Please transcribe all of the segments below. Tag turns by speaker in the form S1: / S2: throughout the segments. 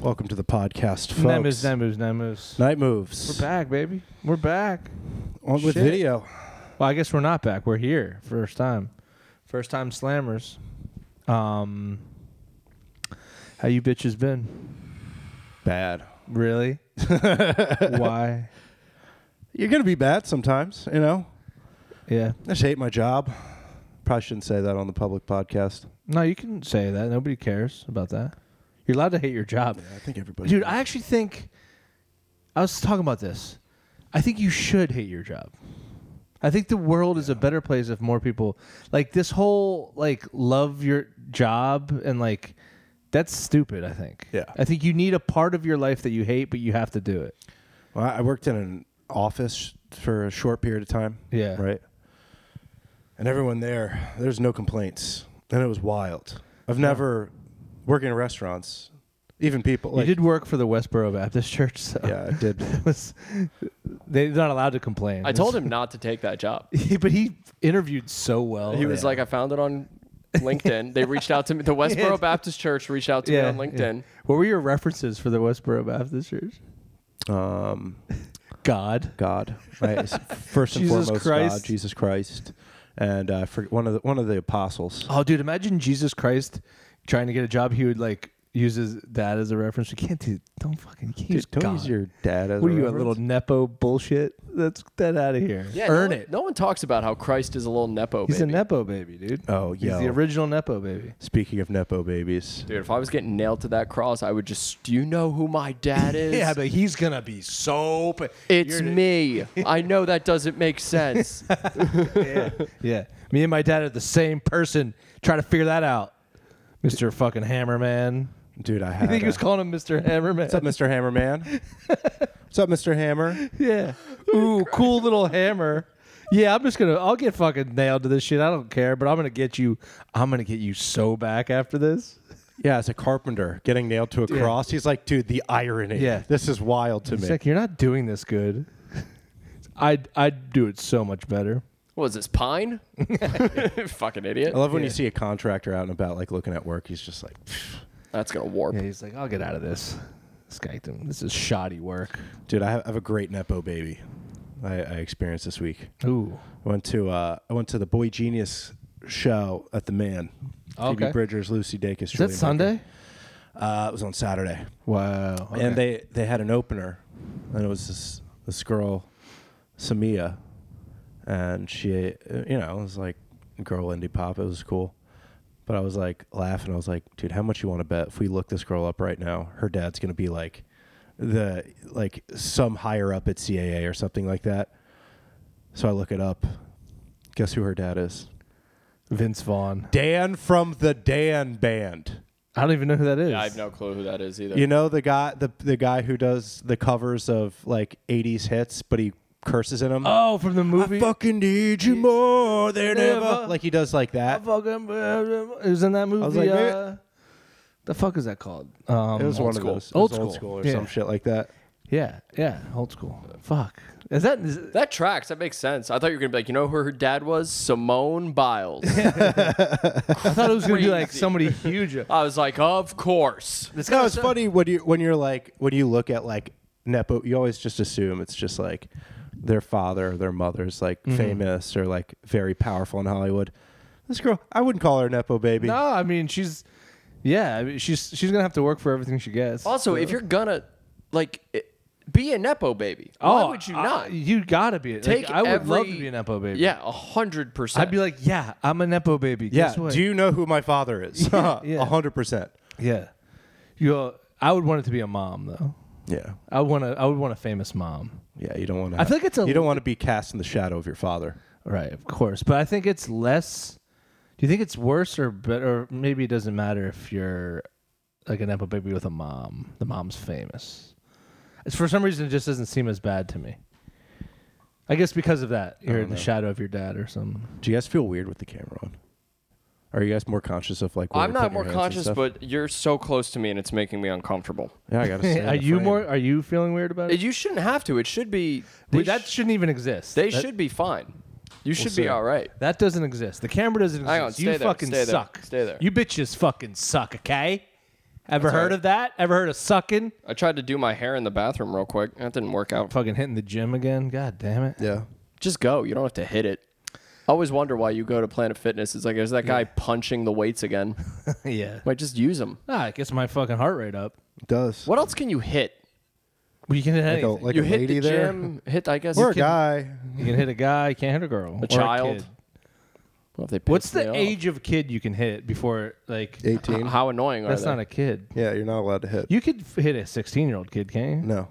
S1: Welcome to the podcast, folks.
S2: Nemus, Nemus, Nemus.
S1: Night moves.
S2: We're back, baby. We're back.
S1: On with
S2: Shit.
S1: video.
S2: Well, I guess we're not back. We're here. First time. First time slammers. Um How you bitches been?
S1: Bad.
S2: Really? Why?
S1: You're gonna be bad sometimes. You know.
S2: Yeah.
S1: I just hate my job. Probably shouldn't say that on the public podcast.
S2: No, you can say that. Nobody cares about that. You're allowed to hate your job.
S1: I think everybody.
S2: Dude, I actually think I was talking about this. I think you should hate your job. I think the world is a better place if more people like this whole like love your job and like that's stupid, I think.
S1: Yeah.
S2: I think you need a part of your life that you hate but you have to do it.
S1: Well, I worked in an office for a short period of time.
S2: Yeah.
S1: Right. And everyone there, there's no complaints, and it was wild. I've never working in restaurants, even people. Like,
S2: you did work for the Westboro Baptist Church, so
S1: Yeah, I did.
S2: it was they're not allowed to complain.
S3: I told him not to take that job.
S2: but he interviewed so well.
S3: He was
S2: Oh, Yeah.
S3: like, I found it on LinkedIn. They reached out to me. The Westboro Baptist Church reached out to me on LinkedIn.
S2: yeah. What were your references for the Westboro Baptist Church?
S1: Um,
S2: God.
S1: God, right? It's First and
S2: Jesus
S1: foremost,
S2: Christ.
S1: God, Jesus Christ, and uh, for one of the, one of the apostles.
S2: Oh, dude, imagine Jesus Christ trying to get a job. He would like use his dad as a reference. You can't do. Don't fucking you can't use
S1: Dude, don't
S2: God.
S1: use your dad as
S2: what
S1: a
S2: are you, a
S1: reference.
S2: little nepo bullshit? That's that out of here.
S3: Yeah,
S2: Earn
S3: no,
S2: it.
S3: No one talks about how Christ is a little nepo
S2: He's
S3: baby.
S2: a nepo baby, dude.
S1: Oh,
S2: He's the
S1: yo.
S2: original nepo baby.
S1: Speaking of nepo babies,
S3: Dude, if I was getting nailed to that cross, I would just. Do you know who my dad is?
S2: Yeah, but he's gonna be so. pa-
S3: it's
S2: you're-
S3: me. I know that doesn't make sense.
S2: Yeah, me and my dad are the same person. Try to figure that out, Mister Fucking Hammerman.
S1: dude, I
S2: You
S1: had.
S2: think he was
S1: a-
S2: calling him Mister Hammerman?
S1: What's up, Mr. Hammerman? What's up, Mr. Hammer?
S2: Yeah. Ooh, cool little hammer. Yeah, I'm just gonna. I'll get fucking nailed to this shit. I don't care, but I'm gonna get you. I'm gonna get you so back after this.
S1: Yeah, as a carpenter getting nailed to a cross, he's like, dude, the irony.
S2: Yeah.
S1: this is wild to
S2: It's
S1: me.
S2: like you're not doing this good. I'd I'd do it so much better.
S3: what is this, Pine? Fucking idiot.
S1: I love when you see a contractor out and about, like looking at work. He's just like,
S3: That's going to warp.
S2: Yeah, he's like, I'll get out of this. This guy, this is shoddy work.
S1: dude, I have, I have a great nepo baby. I, I experienced this week.
S2: Ooh,
S1: I went to uh, I went to the Boy Genius show at the Man. Phoebe
S2: Okay.
S1: Bridgers, Lucy Dacus.
S2: is that Sunday?
S1: Uh, it was on Saturday,
S2: Wow.
S1: and they they had an opener, and it was this this girl, Samia, and she uh, you know it was like girl indie pop. It was cool, but I was like laughing. I was like, dude, how much you want to bet if we look this girl up right now, her dad's gonna be like the like some higher up at CAA or something like that. So I look it up. Guess who her dad is?
S2: Vince Vaughn.
S1: Dan from the Dan Band.
S2: I don't even know who that is.
S3: Yeah, I have no clue who that is either.
S1: You know the guy, the the guy who does the covers of like '80s hits, but he curses in them.
S2: Oh, from the movie.
S1: fucking need you more than
S2: Never.
S1: Like he does like
S2: I
S1: that.
S2: fucking. It was in that movie.
S1: was like, maybe-
S2: uh, the fuck is that called? Um,
S1: It was
S2: old
S1: one
S3: school.
S1: of those it
S2: Old
S1: was old
S2: school.
S1: school or
S2: Yeah.
S1: some shit like that.
S2: Yeah, yeah, old school. Fuck. Is that is,
S3: that tracks. That makes sense. I thought you were going to be like, you know who her dad was? Simone Biles.
S2: I thought it was gonna be like
S3: Crazy.
S2: somebody huge.
S3: I was like, of course.
S2: This
S1: No, it's funny when you when you're like when you look at like nepo, you always just assume it's just like their father, or their mother's like
S2: Mm-hmm.
S1: famous or like very powerful in Hollywood. This girl, I wouldn't call her a nepo baby.
S2: No, I mean she's, yeah, I mean, she's she's gonna have to work for everything she gets.
S3: Also, if you're gonna like i- be a nepo baby, why would you
S2: Oh, I-
S3: not
S2: you gotta be. Like,
S3: take?
S2: I would love to
S3: every-
S2: be a nepo baby.
S3: Yeah, a hundred percent.
S2: I'd be like, yeah, I'm a nepo baby.
S1: Yeah.
S2: Guess what?
S1: Do you know who my father is?
S2: yeah.
S1: A hundred percent.
S2: yeah, you. know, I would want it to be a mom though.
S1: Yeah.
S2: I want to. I would want a famous mom.
S1: Yeah. You don't want to.
S2: I feel like it's a-
S1: You don't want to be cast in the shadow of your father.
S2: Right, of course. But I think it's less. Do you think it's worse or better? Or maybe it doesn't matter if you're like an nepo baby with a mom. The mom's famous. It's for some reason it just doesn't seem as bad to me. I guess because of that, you're in the shadow of your dad or something.
S1: Do you guys feel weird with the camera on? Are you guys more conscious of like? where
S3: I'm
S1: you're
S3: not
S1: putting
S3: more
S1: your hands and
S3: conscious,
S1: stuff?
S3: but you're so close to me, and it's making me uncomfortable.
S1: yeah, I gotta. stay in
S2: are
S1: the
S2: you
S1: frame.
S2: more? Are you feeling weird about it?
S3: You shouldn't have to. It should be.
S2: They-
S3: They,
S2: that
S3: sh-
S2: shouldn't even exist.
S3: they
S2: that,
S3: should be fine. You should
S1: see.
S3: be all right.
S2: That doesn't exist. The camera doesn't exist.
S3: Hang on,
S2: you
S3: stay there,
S2: fucking
S3: stay there,
S2: suck.
S3: stay there.
S2: You bitches fucking suck. Okay. Ever
S3: That's
S2: heard
S3: right.
S2: of that? Ever heard of sucking?
S3: I tried to do my hair in the bathroom real quick. That didn't work out.
S2: Fucking hitting the gym again. God damn it.
S1: Yeah.
S3: Just go. You don't have to hit it. I always wonder why you go to Planet Fitness. It's like, is that guy punching the weights again?
S2: yeah.
S3: Might just use them.
S2: Ah, it gets my fucking heart rate up.
S1: It does.
S3: What else can you hit?
S2: Well, you can hit
S1: Like a,
S2: anything.
S1: like
S3: you
S1: a
S3: hit
S1: lady
S3: the
S1: there?
S3: gym. Hit, I guess.
S1: Or a
S3: you can-
S1: guy.
S2: you can hit a guy. You can't hit a girl. or
S3: child.
S2: kid.
S3: Well, if they piss
S2: What's
S3: me
S2: the
S3: off.
S2: age of kid you can hit before like?
S1: 18.
S3: How annoying
S2: That's
S3: are they?
S2: not a kid.
S1: yeah, you're not allowed to hit.
S2: You could f- hit a 16 year old kid, can't you?
S1: no.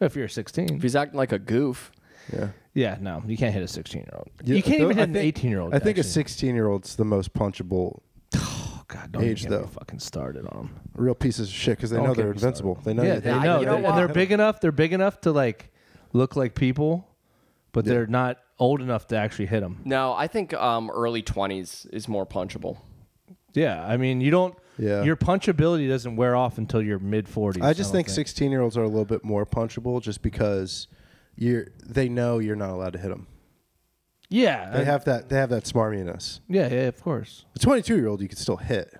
S2: If you're 16.
S3: if he's acting like a goof,
S1: Yeah.
S2: Yeah, no, you can't hit a 16 year old.
S1: Yeah,
S2: You can't
S1: though,
S2: even
S1: I
S2: hit an
S1: think-
S2: 18 year old.
S1: I think a
S2: actually.
S1: 16 year old's the most punchable.
S2: Oh, God, don't
S1: age,
S2: even get me
S1: though.
S2: fucking started on them.
S1: Real pieces of shit because they
S2: Don't
S1: know
S2: get
S1: they're
S2: me started.
S1: invincible. They know.
S2: yeah,
S1: you-
S2: they
S3: I-
S2: know,
S3: you know
S2: they-
S3: what?
S2: and they're big enough. They're big enough to like look like people, but they're not old enough to actually hit
S1: Mm.
S2: them.
S3: no, I think um, early twenties is more punchable.
S2: Yeah, I mean, you don't.
S1: Yeah.
S2: your punchability doesn't wear off until your mid 40s.
S1: I just
S2: don't
S1: think 16 year olds are a little bit more punchable just because you're they know you're not allowed to hit them.
S2: Yeah,
S1: They
S2: I-
S1: have that they have that smarminess.
S2: Yeah, yeah, of course.
S1: A 22 year old you could still hit.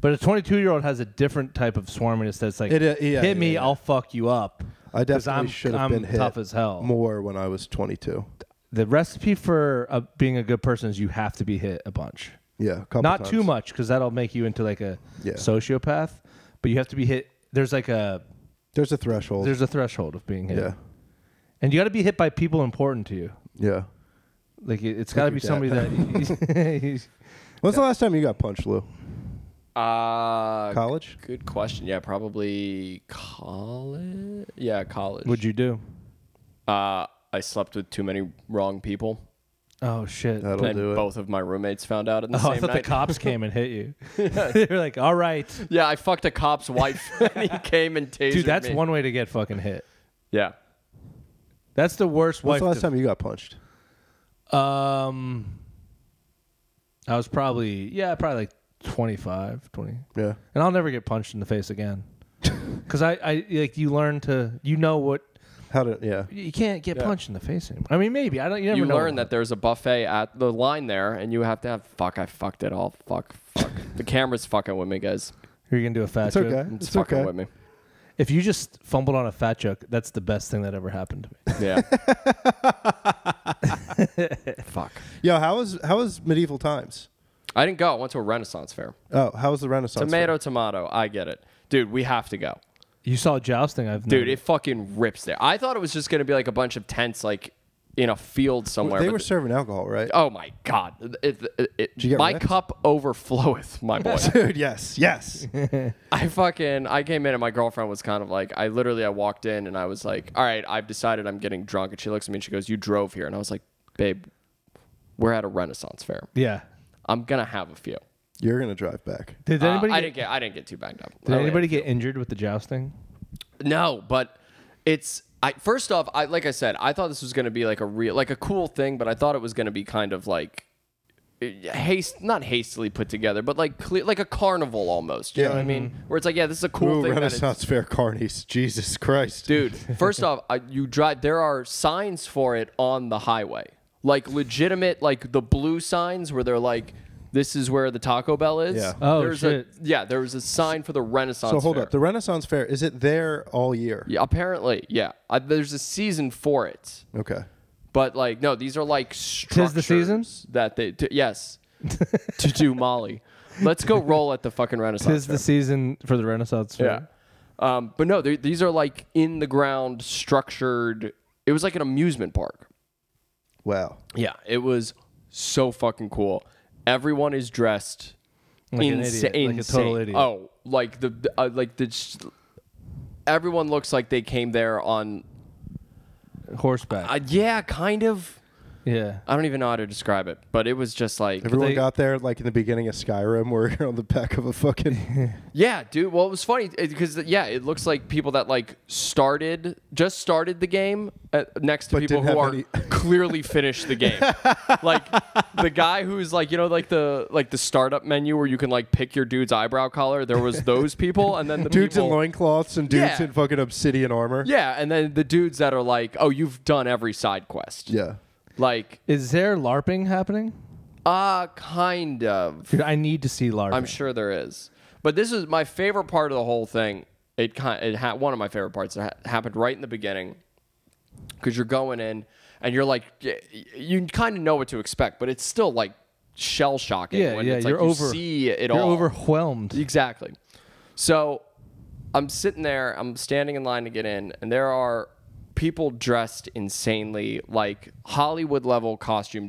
S2: But a 22 year old has a different type of swarminess that's like,
S1: It, uh, yeah,
S2: hit
S1: yeah,
S2: me,
S1: yeah.
S2: I'll fuck you up.
S1: I
S2: 'Cause I'm-
S1: definitely should have
S2: I'm
S1: been hit
S2: tough as hell.
S1: more when I was 22.
S2: The recipe for uh, being a good person is you have to be hit a bunch.
S1: Yeah, a couple
S2: Not
S1: times.
S2: too much because that'll make you into like a
S1: Yeah.
S2: sociopath. But you have to be hit. There's like a
S1: There's a threshold.
S2: there's a threshold of being hit,
S1: yeah,
S2: and you got to be hit by people important to you.
S1: yeah.
S2: Like it, it's got to
S1: your
S2: be
S1: dad.
S2: somebody that.
S1: When's the last time you got punched, Lou?
S3: Uh,
S1: College?
S3: Good question. Yeah, probably college. Yeah, college.
S2: would you do?
S3: Uh, I slept with too many wrong people,
S2: Oh shit!
S1: That'll
S3: and
S1: do it.
S3: both of my roommates found out in the
S2: oh,
S3: Uh, same
S2: I thought
S3: night.
S2: the cops came and hit you. they were like, "All right,
S3: yeah, I fucked a cop's wife, and he came and tasered
S2: dude, that's
S3: me.
S2: one way to get fucking hit."
S3: Yeah,
S2: That's the worst
S1: When's
S2: wife.
S1: the last
S2: to-
S1: time you got punched?
S2: Um, I was probably yeah, probably like 25, 20.
S1: Yeah,
S2: and I'll never get punched in the face again. Because I, I like you learn to you know what
S1: how did? Yeah,
S2: you can't get
S3: Yeah.
S2: punched in the face anymore. I mean, maybe I don't. You never
S3: you
S2: know.
S3: learn that there's a buffet at the line there, and you have to have. Fuck, I fucked it all. Fuck, fuck. the camera's fucking with me, guys.
S2: you're gonna do a fat
S1: it's
S2: joke.
S1: okay.
S3: It's,
S1: It's
S3: fucking
S1: okay.
S3: with me.
S2: If you just fumbled on a fat joke, that's the best thing that ever happened to me.
S3: Yeah. Fuck.
S1: Yo, how was how was medieval times?
S3: I didn't go. I went to a Renaissance fair.
S1: Oh, how was the Renaissance? fair?
S3: tomato, tomato. I get it. Dude, we have to go.
S2: You saw jousting. I've
S3: Dude,
S2: known.
S3: it fucking rips there. I thought it was just going to be like a bunch of tents, like in a field somewhere.
S1: They
S3: but
S1: were
S3: th-
S1: serving alcohol, right?
S3: oh my God. It- it- it-
S1: you get
S3: my
S1: ripped?
S3: cup overfloweth, my boy.
S1: Dude, yes, yes.
S3: I fucking I came in and my girlfriend was kind of like I literally I walked in and I was like, "All right, I've decided I'm getting drunk." And she looks at me and she goes, "You drove here." And I was like, "Babe, we're at a Renaissance fair.
S2: yeah.
S3: I'm going to have a few."
S1: You're gonna drive back.
S2: Did
S3: Uh,
S2: anybody?
S3: I
S2: get,
S3: didn't get I didn't get too banged up. I
S2: did
S3: only had
S2: anybody get injured with the jousting?
S3: No, but it's I first off, I like I said, I thought this was going to be like a real like a cool thing, but I thought it was going to be kind of like eh, haste not hastily put together, but like clear, like a carnival almost. You know
S1: Yeah.
S3: what I mean? Where it's like, yeah, this is a cool
S1: Ooh,
S3: thing that it's
S1: Renaissance fair carnies. Jesus Christ,
S3: Dude, first off, I, you drive there are signs for it on the highway. Like legitimate like the blue signs where they're like this is where the Taco Bell is.
S1: Yeah.
S2: Oh,
S3: There's
S2: shit.
S3: a yeah, there was a sign for the Renaissance
S1: So hold
S3: Fair.
S1: up. The Renaissance fair is it there all year?
S3: Yeah, apparently, yeah. Uh, there's a season for it,
S1: Okay.
S3: but like, no, these are like structures
S2: the season?
S3: that they to, yes to do Molly. Let's go roll at the fucking Renaissance.
S2: Tis the season for the Renaissance
S3: fair.
S2: fair.
S3: yeah, um, but no, they- these are like in the ground structured. It was like an amusement park.
S1: Wow.
S3: Yeah, it was so fucking cool. Everyone is dressed
S2: Like an
S3: insa-
S2: idiot, like a total
S3: insane.
S2: idiot.
S3: Oh, like the the- uh, like the. s- Everyone looks like they came there on.
S2: Horseback.
S3: Uh, yeah, kind of.
S2: yeah.
S3: I don't even know how to describe it, but it was just like,
S1: Everyone
S2: they-
S1: got there like in the beginning of Skyrim, where you're on the back of a fucking.
S3: yeah, dude. Well, it was funny because yeah, it looks like people that like started just started the game uh next to
S1: But
S3: people
S1: didn't
S3: who are
S1: have any-
S3: clearly finished the game. like the guy who's like you know like the like the startup menu where you can like pick your dude's eyebrow color. There was those people, and then the
S1: dudes
S3: people,
S1: in loincloths and dudes
S3: Yeah.
S1: in fucking obsidian armor.
S3: Yeah, and then the dudes that are like, oh, you've done every side quest.
S1: Yeah.
S3: Like
S2: Is there LARPing happening?
S3: Uh, kind of.
S2: Dude, I need to see Larva.
S3: I'm sure there is. But this is my favorite part of the whole thing. It kind it ha- one of my favorite parts. It ha- happened right in the beginning because you're going in and you're like y- y- you kind of know what to expect, but it's still like shell shocking.
S2: Yeah,
S3: when
S2: yeah,
S3: It's
S2: you're
S3: like you
S2: over-
S3: see it
S2: You're
S3: all.
S2: overwhelmed.
S3: Exactly. So I'm sitting there, I'm standing in line to get in, and there are people dressed insanely like Hollywood level costume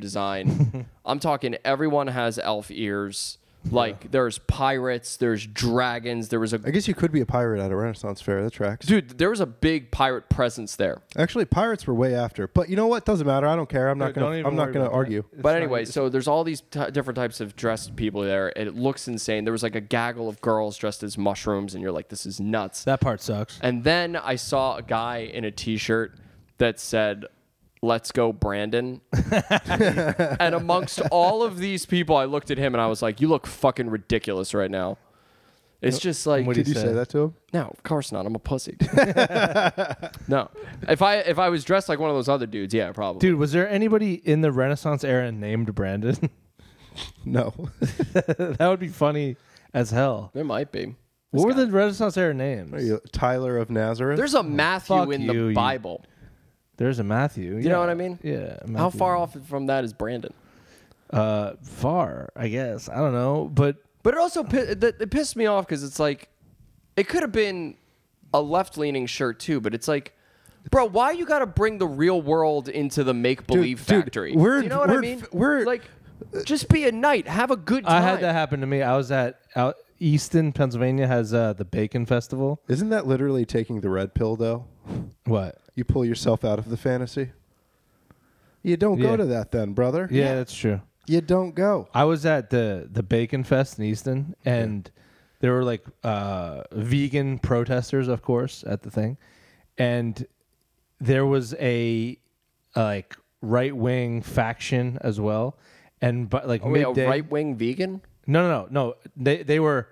S3: design. I'm talking everyone has elf ears. Like there's pirates, there's dragons, there was a
S1: I guess you could be a pirate at a Renaissance fair. That tracks.
S3: dude, there was a big pirate presence there.
S1: Actually, pirates were way after, but you know what? Doesn't matter. I don't care. I'm not
S2: Dude, don't
S1: gonna.
S2: even
S1: I'm not
S2: worry
S1: gonna
S2: about that.
S1: argue.
S3: but anyway, so there's all these t- different types of dressed people there. and It looks insane. There was like a gaggle of girls dressed as mushrooms, and you're like, this is nuts.
S2: That part sucks.
S3: And then I saw a guy in a t-shirt that said, "Let's go Brandon." and amongst all of these people, I looked at him and I was like, "You look fucking ridiculous right now." It's just like
S2: What do
S1: Did you say
S2: said-
S1: that to him?
S3: no, of course not. I'm a pussy. no. If I if I was dressed like one of those other dudes, yeah, probably.
S2: Dude, was there anybody in the Renaissance era named Brandon?
S1: No.
S2: that would be funny as hell.
S3: There might be.
S2: What were the Renaissance era
S3: Oh,
S2: names?
S1: Tyler of Nazareth.
S3: There's a Matthew
S2: Fuck
S3: in
S2: you,
S3: the
S2: you-
S3: Bible.
S2: There's a Matthew.
S3: You know what I mean?
S2: Yeah.
S3: How
S2: Matthew.
S3: far off from that is Brandon?
S2: Uh, far, I guess. I don't know, but
S3: But it also pi- it, it pissed me off because it's like, it could have been a left leaning shirt too, but it's like, bro, why you got to bring the real world into the make
S1: Dude,
S3: believe
S1: dude,
S3: factory?
S1: we're
S3: Do
S1: in-
S3: you know what I
S1: we're in-
S3: mean?
S1: we're-
S3: like, just be a knight, have a good time.
S2: I had that happen to me. I was at out Easton, Pennsylvania has uh, the Bacon Festival.
S1: Isn't that literally taking the red pill though?
S2: What?
S1: You pull yourself out of the fantasy. You don't
S2: Yeah.
S1: go to that then, brother.
S2: Yeah, that's true.
S1: You don't go.
S2: I was at the the Bacon Fest in Easton, and there were like uh, vegan protesters, of course, at the thing, and there was a like right wing faction as well, and but like
S3: Oh, Wait, a
S2: midday,
S3: right wing vegan?
S2: No, no, no, no. They they were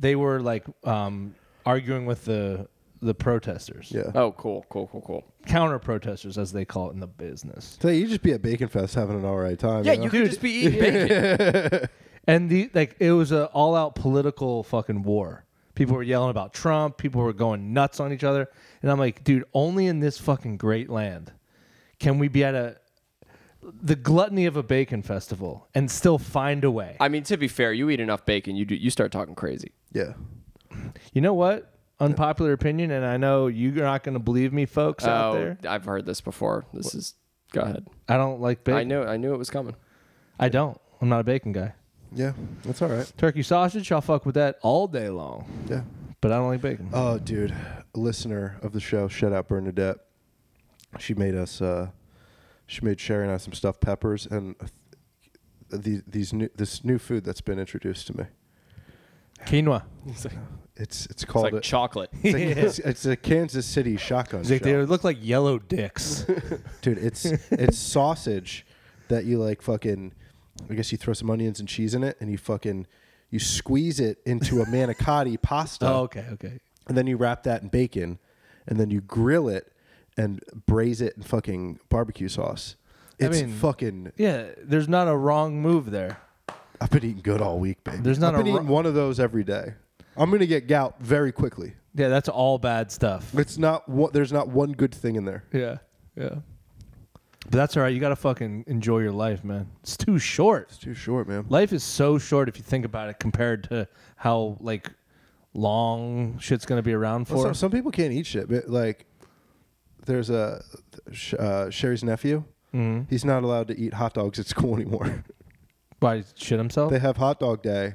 S2: they were like um, arguing with the the protesters,
S1: Yeah.
S3: Oh, cool, cool, cool, cool.
S2: counter protesters as they call it in the business.
S1: So you just be at Bacon Fest having an all right time.
S3: Yeah,
S1: know?
S3: you could just be eating bacon.
S2: And the like it was a all out political fucking war. People were yelling about Trump, people were going nuts on each other. And I'm like, dude, only in this fucking great land can we be at a the gluttony of a bacon festival and still find a way.
S3: I mean, to be fair, you eat enough bacon, you do, you start talking crazy.
S1: yeah.
S2: You know what? Unpopular opinion, and I know you're not going to believe me, folks out
S3: Oh,
S2: there.
S3: I've heard this before. This is Go ahead.
S2: I don't like bacon.
S3: I knew, I knew it was coming.
S2: I don't. I'm not a bacon guy.
S1: Yeah. That's all right.
S2: Turkey sausage, I'll fuck with that all day long.
S1: Yeah.
S2: But I don't like bacon.
S1: Oh, dude, a listener of the show, shout out Bernadette. She made us. Uh, she made Sherry and I some stuffed peppers and these these new this new food that's been introduced to me.
S2: Quinoa.
S3: It's like,
S1: It's it's
S3: it's
S1: called
S3: like
S1: a-
S3: chocolate.
S1: it's, like- it's- it's a Kansas City shotgun.
S2: It's like they
S1: shell.
S2: look like yellow dicks.
S1: dude it's it's sausage that you like fucking i guess you throw some onions and cheese in it and you fucking you squeeze it into a manicotti pasta
S2: oh, okay, okay.
S1: and then you wrap that in bacon and then you grill it and braise it in fucking barbecue sauce
S2: I
S1: it's
S2: mean-
S1: fucking
S2: Yeah, there's not a wrong move there.
S1: i've been eating good all week baby
S2: There's not
S1: i've been
S2: a ro-
S1: eating one of those every day i'm gonna get gout very quickly
S2: Yeah, that's all bad stuff.
S1: it's not what there's not one good thing in there
S2: Yeah, yeah. But that's all right. You got to fucking enjoy your life, man. It's too short.
S1: it's too short man
S2: Life is so short if you think about it compared to how like long shit's going to be around
S1: Well,
S2: for.
S1: some, some people can't eat shit, but like, there's a sh- uh, Sherry's nephew.
S2: Mm-hmm.
S1: He's not allowed to eat hot dogs at school anymore.
S2: Why shit himself?
S1: they have hot dog day,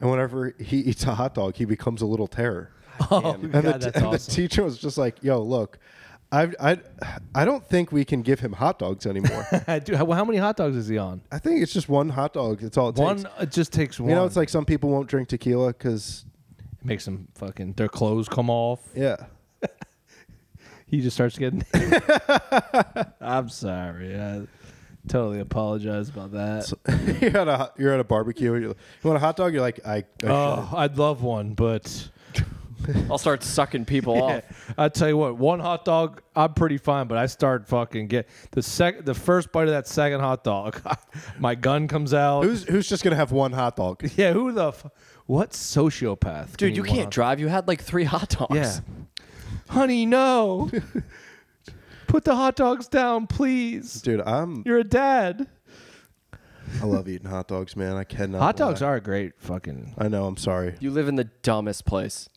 S1: and whenever he eats a hot dog, he becomes a little terror.
S2: oh,
S1: And, the,
S2: God, that's
S1: and the
S2: awesome.
S1: teacher was just like, "Yo, look, I I I don't think we can give him hot dogs anymore.
S2: Dude, how, how many hot dogs is he on?
S1: I think it's just one hot dog. That's all it
S2: One.
S1: takes.
S2: It just takes one.
S1: You know, it's like some people won't drink tequila because
S2: It makes them fucking their clothes come off.
S1: yeah."
S2: He just starts getting. I'm sorry. I totally apologize about that.
S1: So- you're at a you're at a barbecue. and You're, like, you want a hot dog? You're like, I, I
S2: Oh, I'd love one, but
S3: I'll start sucking people off.
S2: I tell you what, one hot dog, I'm pretty fine, but I start fucking get the sec the first bite of that second hot dog, my gun comes out.
S1: Who's who's just gonna have one hot dog?
S2: yeah, who the f- what sociopath? can
S3: Dude, you
S2: eat one
S3: can't
S2: hot-
S3: drive. You had like three hot dogs.
S2: Yeah. Honey, no. Put the hot dogs down, please.
S1: Dude, I'm
S2: You're a dad.
S1: I love eating hot dogs, man. I cannot.
S2: Hot dogs
S1: lie.
S2: are a great fucking.
S1: I know. I'm sorry.
S3: You live in the dumbest place.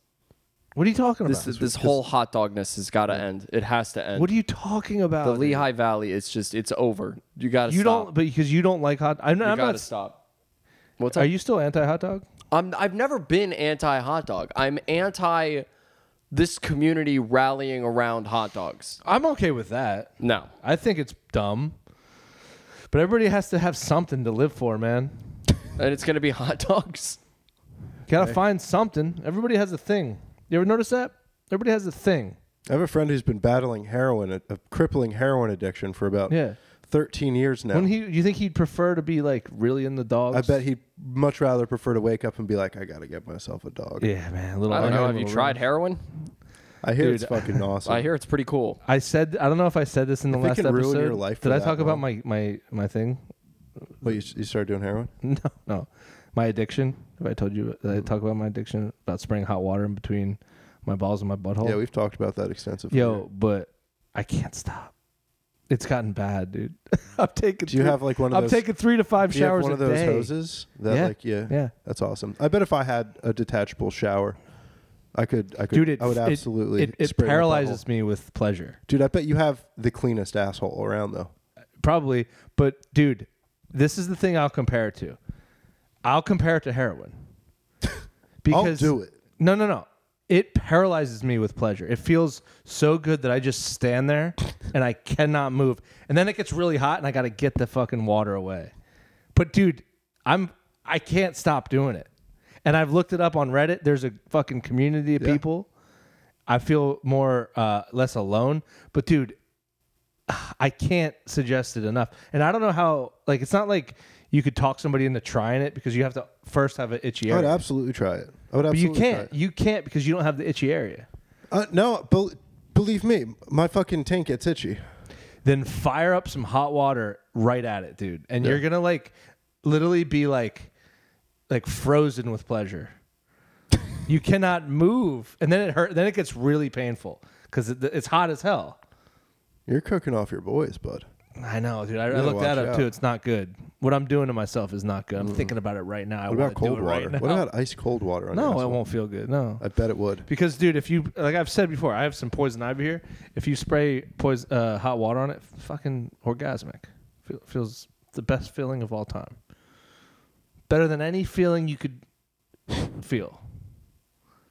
S2: What are you talking
S3: This
S2: about?
S3: this whole hot dogness has got to end. It has to end.
S2: What are you talking about?
S3: the Lehigh Valley, it's just it's over. You got to
S2: You
S3: stop.
S2: don't because you don't like hot. I'm not.
S3: you
S2: I'm
S3: got
S2: not
S3: to stop. What's
S2: are
S3: up?
S2: you still anti hot dog?
S3: I'm, I've never been anti hot dog. I'm anti this community rallying around hot dogs.
S2: I'm okay with that.
S3: No.
S2: I think it's dumb, but everybody has to have something to live for, man.
S3: And it's going to be hot dogs.
S2: Gotta find something. Everybody has a thing. You ever notice that? Everybody has a thing.
S1: I have a friend who's been battling heroin, a, a crippling heroin addiction for about
S2: Yeah.
S1: 13 years now.
S2: When he, you think he'd prefer to be like really in the dogs?
S1: I bet he'd much rather prefer to wake up and be like, I gotta get myself a dog.
S2: Yeah, man. A little.
S3: I don't know. Have you
S2: little-
S3: tried heroin?
S1: I hear it's
S2: Dude,
S1: fucking awesome.
S3: I hear it's pretty cool.
S2: I said. I don't know if I said this in the
S1: If it
S2: last
S1: can
S2: episode.
S1: ruin your life
S2: Did
S1: for
S2: I
S1: that
S2: talk about
S1: long.
S2: my my my thing?
S1: Well, you, you started doing heroin?
S2: No, no. My addiction. Have I told you? Did I talk about my addiction about spraying hot water in between my balls and my butthole?
S1: Yeah, we've talked about that extensively.
S2: Oh. Yo, but I can't stop. It's gotten bad, dude. I'm taking.
S1: Do you
S2: three-
S1: have, like, one of
S2: I'm
S1: those-
S2: taking three to five
S1: Do you have
S2: showers
S1: one
S2: a
S1: of those
S2: day.
S1: hoses? That
S2: Yeah.
S1: like yeah,
S2: Yeah.
S1: That's awesome. I bet if I had a detachable shower, I could I could
S2: Dude, it,
S1: I would
S2: it-
S1: absolutely
S2: It, it
S1: spray my butthole.
S2: paralyzes me with pleasure,
S1: Dude, I bet you have the cleanest asshole around though.
S2: probably. But dude, this is the thing I'll compare it to. I'll compare it to heroin. Because
S1: do it.
S2: No, no, no. It paralyzes me with pleasure. It feels so good that I just stand there and I cannot move. And then it gets really hot and I got to get the fucking water away. But dude, I'm I can't stop doing it. And I've looked it up on Reddit. There's a fucking community of people. I feel more uh less alone. But dude, I can't suggest it enough. And I don't know how like it's not like you could talk somebody into trying it because you have to first have an itchy
S1: I would
S2: area.
S1: absolutely try Oh, it. I would
S2: But you
S1: absolutely try
S2: can't.
S1: it.
S2: You can't because you don't have the itchy area.
S1: Uh, no, bel believe me, my fucking tank gets itchy.
S2: Then fire up some hot water right at it, dude, and you're gonna like literally be like like frozen with pleasure. you cannot move, and then it hurt. Then it gets really painful because it, it's hot as hell.
S1: You're cooking off your boys, bud.
S2: I know, dude. I, I
S1: gotta
S2: looked that
S1: watch
S2: up too.
S1: out.
S2: It's not good. What I'm doing to myself is not good. I'm thinking about it right now. I
S1: What
S2: want
S1: about
S2: to do
S1: cold
S2: it
S1: water?
S2: right now.
S1: what about ice cold water? On your
S2: no, it
S1: asshole?
S2: won't feel good. No,
S1: I bet it would.
S2: Because, dude, if you like I've said before, I have some poison ivy here. If you spray poison uh, hot water on it, fucking orgasmic. Feel, feels the best feeling of all time. Better than any feeling you could feel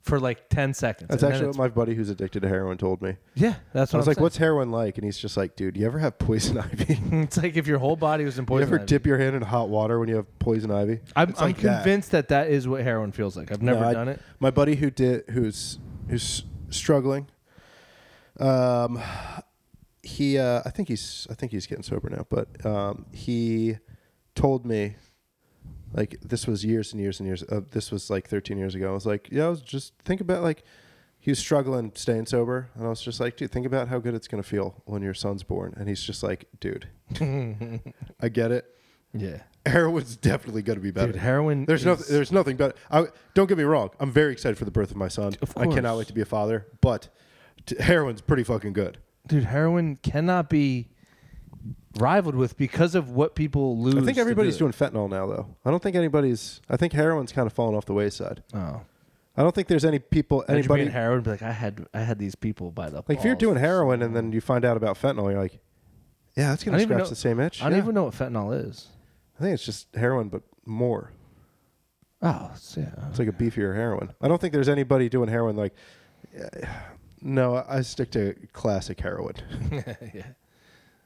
S2: for like ten seconds.
S1: That's
S2: And then
S1: actually what
S2: it's-
S1: my buddy who's addicted to heroin told me.
S2: yeah. That's
S1: I was
S2: what I'm
S1: like,
S2: saying.
S1: "What's heroin like?" And he's just like, "Dude, you ever have poison ivy?
S2: It's like if your whole body was in
S1: you
S2: poison.
S1: ever
S2: ivy.
S1: dip your hand in hot water when you have poison ivy?"
S2: I'm,
S1: It's
S2: I'm
S1: like that.
S2: convinced that. that is what heroin feels like. I've never
S1: No, I-
S2: done it.
S1: My buddy who did who's who's struggling. Um, he uh, I think he's I think he's getting sober now, but um, he told me like this was years and years and years. Uh, this was like 13 years ago. I was like, yeah, I was just think about like he was struggling staying sober, and I was just like, dude, think about how good it's gonna feel when your son's born. And he's just like, dude, I get it.
S2: Yeah,
S1: Heroin's definitely gonna be better.
S2: dude, heroin.
S1: There's no,
S2: is-
S1: there's nothing better. I, don't get me wrong. I'm very excited for the birth of my son.
S2: Of
S1: I cannot
S2: course.
S1: wait to be a father. But t- heroin's pretty fucking good.
S2: dude, heroin cannot be rivaled with because of what people lose.
S1: I think
S2: to
S1: everybody's
S2: do it.
S1: doing fentanyl now, though. I don't think anybody's. I think heroin's kind of fallen off the wayside.
S2: Oh,
S1: I don't think there's any people,
S2: anybody
S1: anybody.
S2: in heroin be like, I had, I had these people by the
S1: like if you're doing heroin and then you find out about fentanyl, you're like, yeah, that's
S2: I
S1: gonna
S2: don't even
S1: scratch
S2: know-
S1: the same itch.
S2: I don't
S1: Yeah.
S2: even know what fentanyl is.
S1: I think it's just heroin, but more.
S2: Oh, it's- yeah.
S1: It's like a beefier heroin. I don't think there's anybody doing heroin like. "Yeah, No, I stick to classic heroin.
S2: yeah.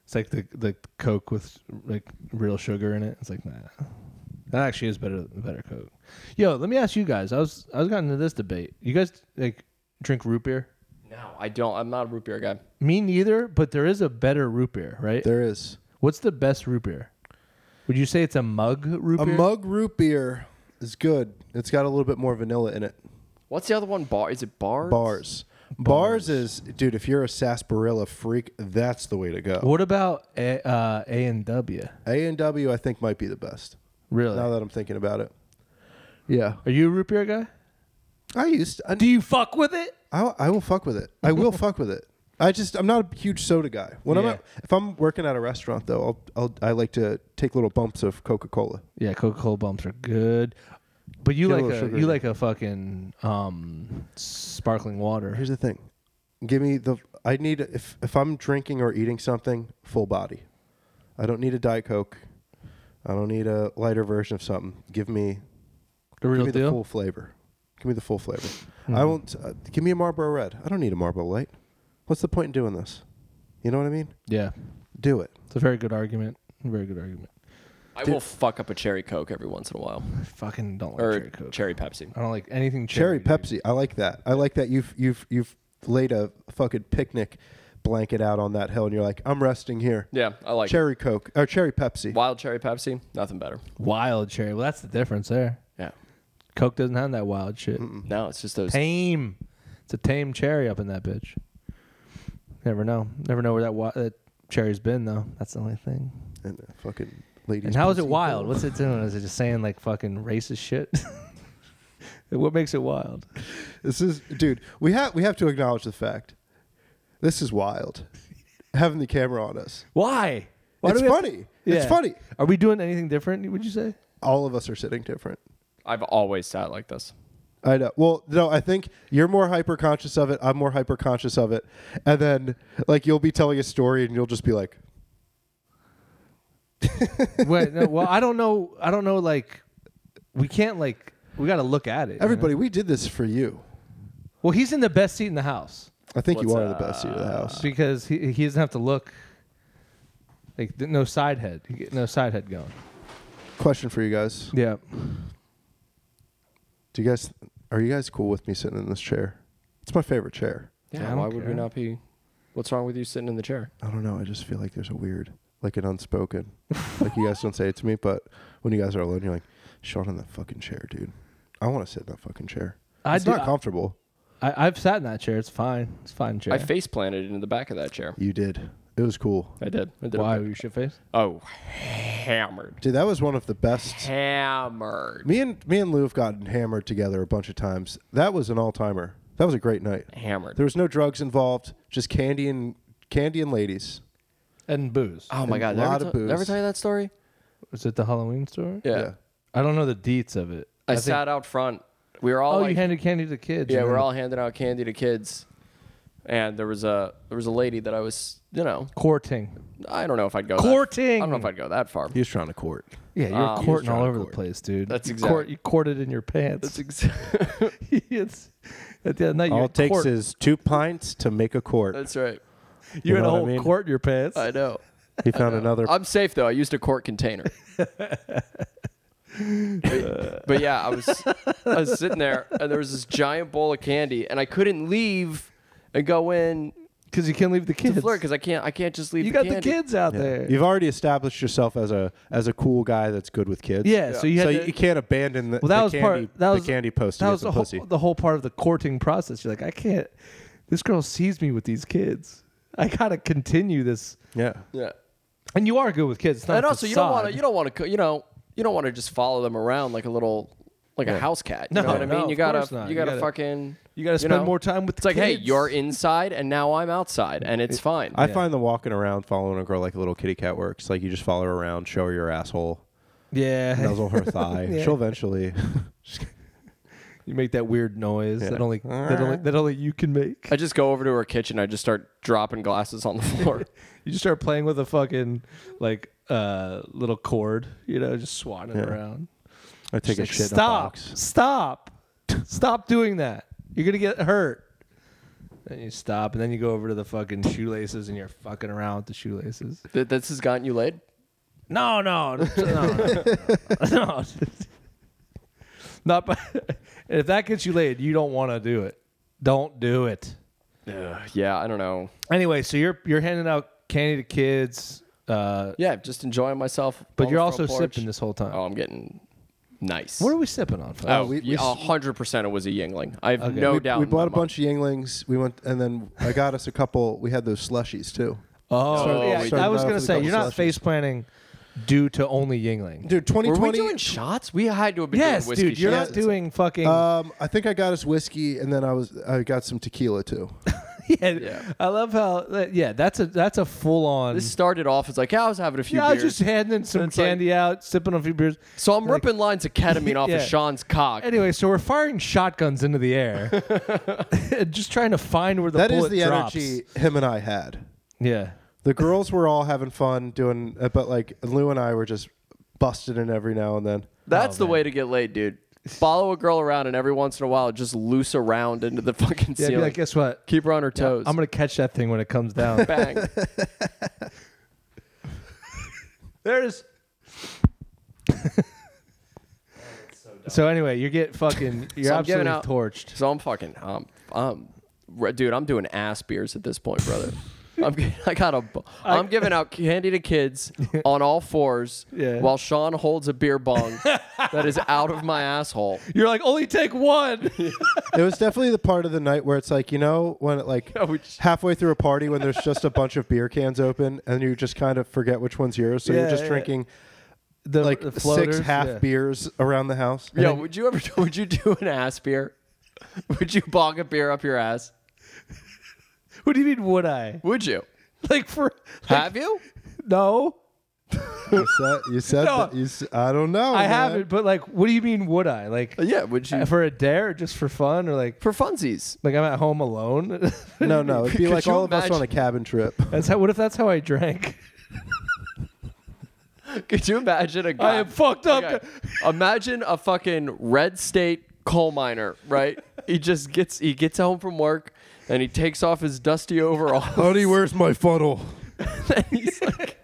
S2: It's like the the Coke with like real sugar in it. It's like nah. That actually is better better Coke. Yo, let me ask you guys. I was I was getting into this debate. You guys like drink root beer?
S3: No, I don't. I'm not a root beer guy.
S2: Me neither, but there is a better root beer, right?
S1: There is.
S2: What's the best root beer? Would you say it's a mug root
S1: A
S2: beer?
S1: mug root beer is good. It's got a little bit more vanilla in it.
S3: What's the other one? Bar? Is it bars?
S1: Bars. Bars is, dude, if you're a sarsaparilla freak, that's the way to go.
S2: What about A uh, A and W?
S1: A and W, I think, might be the best.
S2: Really?
S1: Now that I'm thinking about it. Yeah.
S2: Are you a root beer guy?
S1: I used I,
S2: Do you fuck with it?
S1: I, I will fuck with it. I will fuck with it. I just I'm not a huge soda guy. When I'm
S2: Yeah.
S1: at, if I'm working at a restaurant though, I'll, I'll I like to take little bumps of Coca-Cola.
S2: Yeah, Coca Cola bumps are good. But you
S1: Get a
S2: like
S1: little
S2: a,
S1: sugar
S2: you
S1: in
S2: like a fucking um, sparkling water.
S1: Here's the thing. Give me the I need if if I'm drinking or eating something, full body. I don't need a Diet Coke. I don't need a lighter version of something. Give me
S2: The
S1: give
S2: real
S1: me the
S2: deal. Hmm.
S1: full flavor. Give me the full flavor. I won't uh, give me a Marlboro Red. I don't need a Marlboro Light. What's the point in doing this? You know what I mean?
S2: Yeah,
S1: Do it.
S2: it's a very good argument. Very good argument.
S3: I will fuck up a cherry coke every once in a while,
S2: I fucking don't like
S3: or
S2: cherry Coke.
S3: cherry Pepsi.
S2: I don't like anything
S1: Cherry
S2: cherry.
S1: Pepsi.
S2: dude.
S1: I like that. I like that you've you've you've laid a fucking picnic blanket out on that hill and you're like, I'm resting here.
S3: Yeah, I like
S1: cherry Coke or cherry Pepsi.
S3: it. wild cherry Pepsi. Nothing better.
S2: Wild cherry. Well, that's the difference there.
S3: Yeah.
S2: Coke doesn't have that wild shit.
S3: No, it's just those.
S2: Tame. It's a tame cherry up in that bitch. Never know. Never know where that wi- that cherry's been though. That's the only thing.
S1: And the fucking ladies.
S2: And how is it
S1: pussy.
S2: wild? What's it doing? Is it just saying like fucking racist shit? what makes it wild?
S1: This is dude, we have we have to acknowledge the fact. This is wild. Having the camera on us.
S2: Why? Why
S1: it's
S2: do we have to-
S1: funny. It's
S2: Yeah.
S1: funny.
S2: Are we doing anything different? Would you say?
S1: All of us are sitting different.
S3: I've always sat like this.
S1: I know. Well, no, I think you're more hyper conscious of it. I'm more hyper conscious of it. And then, like, you'll be telling a story and you'll just be like,
S2: Wait, no, well, I don't know. I don't know. Like, we can't like. We got to look at it. you know?
S1: everybody, we did this for you.
S2: Well, he's in the best seat in the house
S1: I think you
S3: What's
S1: are the best seat of the house.
S2: because he he doesn't have to look. Like th- no side head, He get no side head going.
S1: Question for you guys
S2: Yeah.
S1: Do you guys, are you guys cool with me sitting in this chair? It's my favorite chair.
S2: Yeah, I don't
S3: why would we
S2: care.
S3: not be? What's wrong with you sitting in the chair?
S1: I don't know. I just feel like there's a weird, like an unspoken, like you guys don't say it to me, but when you guys are alone, you're like, Sean in that fucking chair, dude. I want to sit in that fucking chair.
S2: I
S1: it's
S2: do-
S1: not comfortable.
S2: I, I've sat in that chair. It's fine. It's a fine chair.
S3: I face planted into the back of that chair.
S1: You did. It was cool.
S3: I did. I did.
S2: Why were you shit faced?
S3: Oh, hammered.
S1: Dude, that was one of the best.
S3: Hammered.
S1: Me and me and Lou have gotten hammered together a bunch of times. That was an all timer. That was a great night.
S3: Hammered.
S1: There was no drugs involved, just candy and candy and ladies.
S2: And booze.
S3: Oh my
S1: And
S3: god!
S1: a lot
S3: never,
S1: of
S3: t- never
S1: booze.
S3: tell you that story.
S2: Was it the Halloween store?
S3: Yeah.
S2: I don't know the deets of it.
S3: I,
S2: think-
S3: sat out front. We were all
S2: Oh,
S3: like,
S2: you handed candy to the kids.
S3: yeah,
S2: and
S3: we're
S2: then
S3: all handing out candy to kids, and there was a there was a lady that I was, you know,
S2: courting.
S3: I don't know if I'd go That, I
S2: Courting!
S3: don't know if I'd go that far.
S1: He was trying to court.
S2: Yeah, you're
S3: Um,
S2: courting all
S1: trying to
S2: over
S1: court.
S2: the place, dude.
S3: That's
S2: you
S3: exact-
S2: Court, you courted in your pants.
S3: That's exactly.
S2: it's at the end of the night.
S4: All
S2: you're
S4: it takes
S2: court,
S4: is two pints to make a quart.
S3: That's right.
S2: you had
S4: know
S2: a
S4: what I
S2: whole
S4: mean?
S2: court in your pants.
S3: I know.
S4: He found another.
S3: I'm safe though. I used a quart container. but, but yeah, I was I was sitting there, and there was this giant bowl of candy, and I couldn't leave and go in
S2: Because you can't leave the kids.
S3: to flirt because I can't I can't just leave.
S2: you
S3: the
S2: got
S3: candy.
S2: the kids out there.
S1: You've already established yourself as a as a cool guy that's good with kids.
S2: yeah, so you had
S1: so
S2: to,
S1: you, you can't abandon the,
S2: well, that
S1: the
S2: was
S1: candy,
S2: part. That was
S1: the candy post to
S2: That
S1: get
S2: was
S1: some
S2: the whole,
S1: pussy.
S2: the whole part of the courting process. You're like, I can't. This girl sees me with these kids. I gotta continue this.
S1: yeah.
S3: Yeah.
S2: And you are good with kids. It's not
S3: and
S2: a
S3: also you don't
S2: facade.
S3: want to you don't want to you know you don't want to just follow them around like a little like a house cat you
S2: No,
S3: know what i
S2: no,
S3: mean you
S2: of
S3: gotta
S2: course not.
S3: you
S2: You
S3: gotta,
S2: gotta-
S3: fucking
S2: you gotta spend
S3: know?
S2: more time with
S3: it's
S2: the
S3: like hey
S2: kids.
S3: you're inside and now i'm outside and it's fine
S1: I find the walking around following a girl like a little kitty cat works. Like you just follow her around, show her your asshole,
S2: Yeah.
S1: nuzzle her thigh.
S2: Yeah.
S1: She'll eventually.
S2: You make that weird noise that only that only that only you can make.
S3: i just go over to her kitchen i just start dropping glasses on the floor
S2: You just start playing with a fucking like uh little cord, you know, just swatting it around.
S1: I take a
S2: Like,
S1: shit in a
S2: stop,
S1: box.
S2: stop, stop doing that. You're gonna get hurt. Then you stop, and then you go over to the fucking shoelaces, and you're fucking around with the shoelaces.
S3: Th- this has gotten you laid
S2: No, no, no, no, no, no. Not by, if that gets you laid, you don't want to do it. Don't do it.
S3: yeah i don't know
S2: Anyway, so you're you're handing out candy to kids, uh,
S3: yeah just enjoying myself
S2: but
S3: on
S2: you're
S3: the
S2: also
S3: front porch.
S2: sipping this whole time.
S3: oh i'm getting Nice.
S2: What are we sipping on? folks?
S3: Oh,
S1: we- we
S3: yeah, a hundred percent, it was a Yingling. I have no
S1: we,
S3: doubt.
S1: we
S3: in
S1: bought a
S3: my
S1: bunch of Yinglings. We went, and then I got us a couple. We had those slushies too.
S2: Oh,
S3: So-
S2: yeah.
S3: so
S2: I was
S1: now for
S2: gonna
S1: the
S2: say
S1: double
S2: you're not
S1: slushies.
S2: face planning due to only Yingling.
S1: Dude,
S3: mind. Were we
S1: 2020.
S3: doing shots? We had to have been
S2: yes,
S3: doing whiskey
S2: dude, you're
S3: shots.
S2: not doing fucking.
S1: um, I think I got us whiskey, and then I was I got some tequila too.
S2: yeah,
S3: yeah.
S2: I love how. that- yeah, that's a that's a full on.
S3: This started off as like, yeah, I was having a few
S2: yeah, I was
S3: beers.
S2: just handing some
S3: It's like-
S2: candy out, sipping a few beers.
S3: so I'm ripping lines of ketamine off
S2: Yeah.
S3: of Sean's cock.
S2: Anyway, so we're firing shotguns into the air, just trying to find where the
S1: that is
S2: bullet
S1: the
S2: drops.
S1: energy him and I had.
S2: Yeah,
S1: The girls were all having fun doing, uh, but like Lou and I were just busted in every now and then.
S2: Oh,
S3: That's the way to get laid, dude. Follow a girl around and every once in a while just loose around into the fucking
S2: yeah. I'd be
S3: ceiling.
S2: like, guess what?
S3: Keep her on her toes.
S2: I'm gonna catch that thing when it comes down.
S3: bang.
S2: There's. so anyway, you get fucking. You're
S3: So I'm giving
S2: absolutely
S3: out-
S2: torched.
S3: So I'm fucking um um re- dude, I'm doing ass beers at this point, brother. I'm g- I got a bu- I'm giving out candy to kids on all fours
S2: Yeah.
S3: while Sean holds a beer bong that is out of my asshole.
S2: You're like, only take one.
S1: it was definitely the part of the night where it's like you know when it like
S3: Yeah, we just-
S1: halfway through a party when there's just a bunch of beer cans open and you just kind of forget which one's yours, so
S2: Yeah,
S1: you're just
S2: yeah.
S1: drinking
S2: the,
S1: like
S2: the
S1: six
S2: floaters,
S1: half
S2: yeah.
S1: beers around the house.
S3: Yo, would you ever would you do an ass beer? Would you bong a beer up your ass?
S2: What do you mean? Would I?
S3: Would you?
S2: Like for?
S3: Have you?
S2: No,
S1: you said, you said
S2: No.
S1: that. You s- I don't know.
S2: I
S1: man.
S2: haven't. But like, what do you mean? Would I? Like
S3: Yeah, would you?
S2: for a dare, or just for fun, or like
S3: For funsies.
S2: like I'm at home alone.
S1: No, no. It'd be
S3: Could
S1: like
S3: you
S1: all of us
S3: imagine-
S1: on a cabin trip.
S2: that's how. What if that's how I drank?
S3: Could you imagine a guy?
S2: I am fucked up.
S3: Okay. Imagine a fucking red state coal miner, right? He just gets he gets home from work and he takes off his dusty overall.
S1: Honey, where's my funnel?
S3: he's like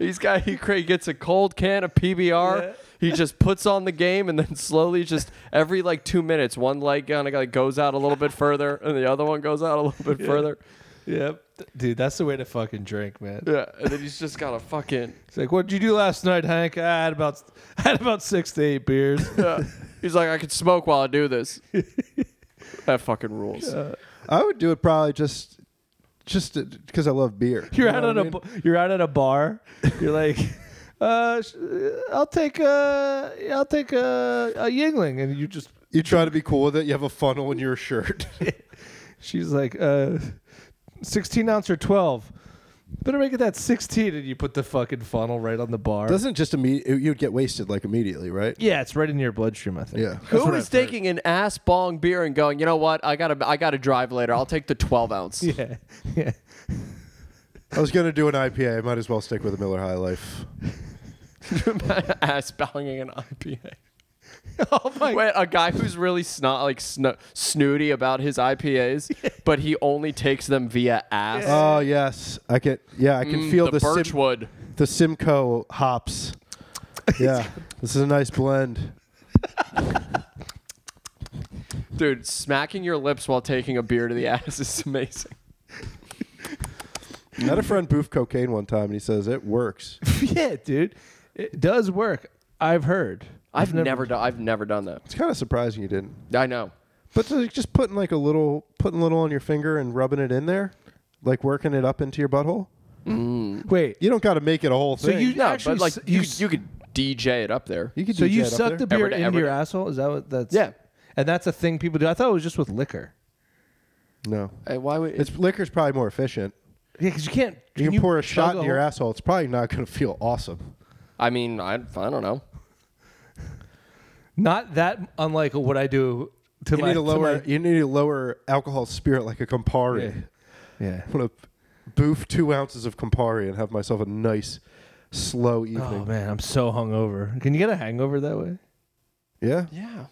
S3: he's got he cra- gets a cold can of PBR.
S2: Yeah.
S3: He just puts on the game and then slowly just every like two minutes, one leg kind of like goes out a little bit further and the other one goes out a little bit further.
S2: Yep, dude, that's the way to fucking drink, man.
S3: Yeah. And then he's just got a fucking
S2: It's like, what did you do last night, Hank? Ah, I had about I had about six to eight beers.
S3: yeah. He's like, I could smoke while I do this. that fucking rules.
S1: I would do it probably just, just because I love beer.
S2: You're
S1: You know
S2: out
S1: what
S2: at
S1: I
S2: a
S1: mean?
S2: bu- you're out at a bar. You're like, uh, sh- I'll take a I'll take uh, a, a Yingling, and you just
S1: You try to be cool with it. You have a funnel in your shirt.
S2: she's like, uh, sixteen ounce or twelve. Better make it that sixteen, and you put the fucking funnel right on the bar.
S1: Doesn't just immediately you'd get wasted like immediately, right?
S2: yeah, it's right in your bloodstream, I think.
S1: Yeah.
S3: Who is taking an ass bong beer and going, you know what? I gotta, I gotta drive later. I'll take the twelve ounce.
S2: yeah, yeah.
S1: I was gonna do an IPA. I might as well stick with a Miller High Life.
S3: ass bonging an IPA.
S2: Oh my
S3: Wait, a guy who's really snot like sno- snooty about his IPAs, but he only takes them via ass.
S1: Oh yes, I can. Yeah, I can
S3: Mm,
S1: feel
S3: the
S1: the Sim,
S3: birchwood.
S1: the Simcoe hops. Yeah, this is a nice blend.
S3: Dude, smacking your lips while taking a beer to the ass is amazing.
S1: I had a friend boof cocaine one time, and he says it works.
S2: yeah, dude, it does work. I've heard.
S3: I've, never, done. I've never done that.
S1: It's kind of surprising you didn't.
S3: I know.
S1: But so just putting like a little, putting a little on your finger and rubbing it in there, like working it up into your butthole.
S2: Wait,
S1: You don't got to make it a whole
S2: So
S1: thing.
S2: you-
S3: No,
S2: Actually,
S3: but
S2: s-
S3: like you,
S2: you s-
S3: you could DJ it up there.
S1: you could
S2: so
S1: DJ
S2: you
S1: it up
S2: suck the
S1: there.
S2: beer
S3: Every day,
S2: into
S3: every
S2: your
S3: day.
S2: asshole? Is that what that's?
S3: Yeah.
S2: And that's a thing people do. I thought it was just with liquor.
S1: No,
S3: Hey, why would
S1: it's liquor's probably more efficient.
S2: Yeah, because you can't.
S1: You can pour a shot in your
S2: ass.
S1: asshole. It's probably not going to feel awesome.
S3: I mean, I, I don't know.
S2: Not that unlike what I do to
S1: You
S2: my.
S1: need a
S2: to
S1: lower.
S2: my-
S1: You need a lower alcohol spirit like a Campari.
S2: Yeah. yeah.
S1: I'm gonna boof two ounces of Campari and have myself a nice, slow
S2: Oh
S1: evening.
S2: man, I'm so hungover. Can you get a hangover that way?
S1: yeah,
S3: Yeah.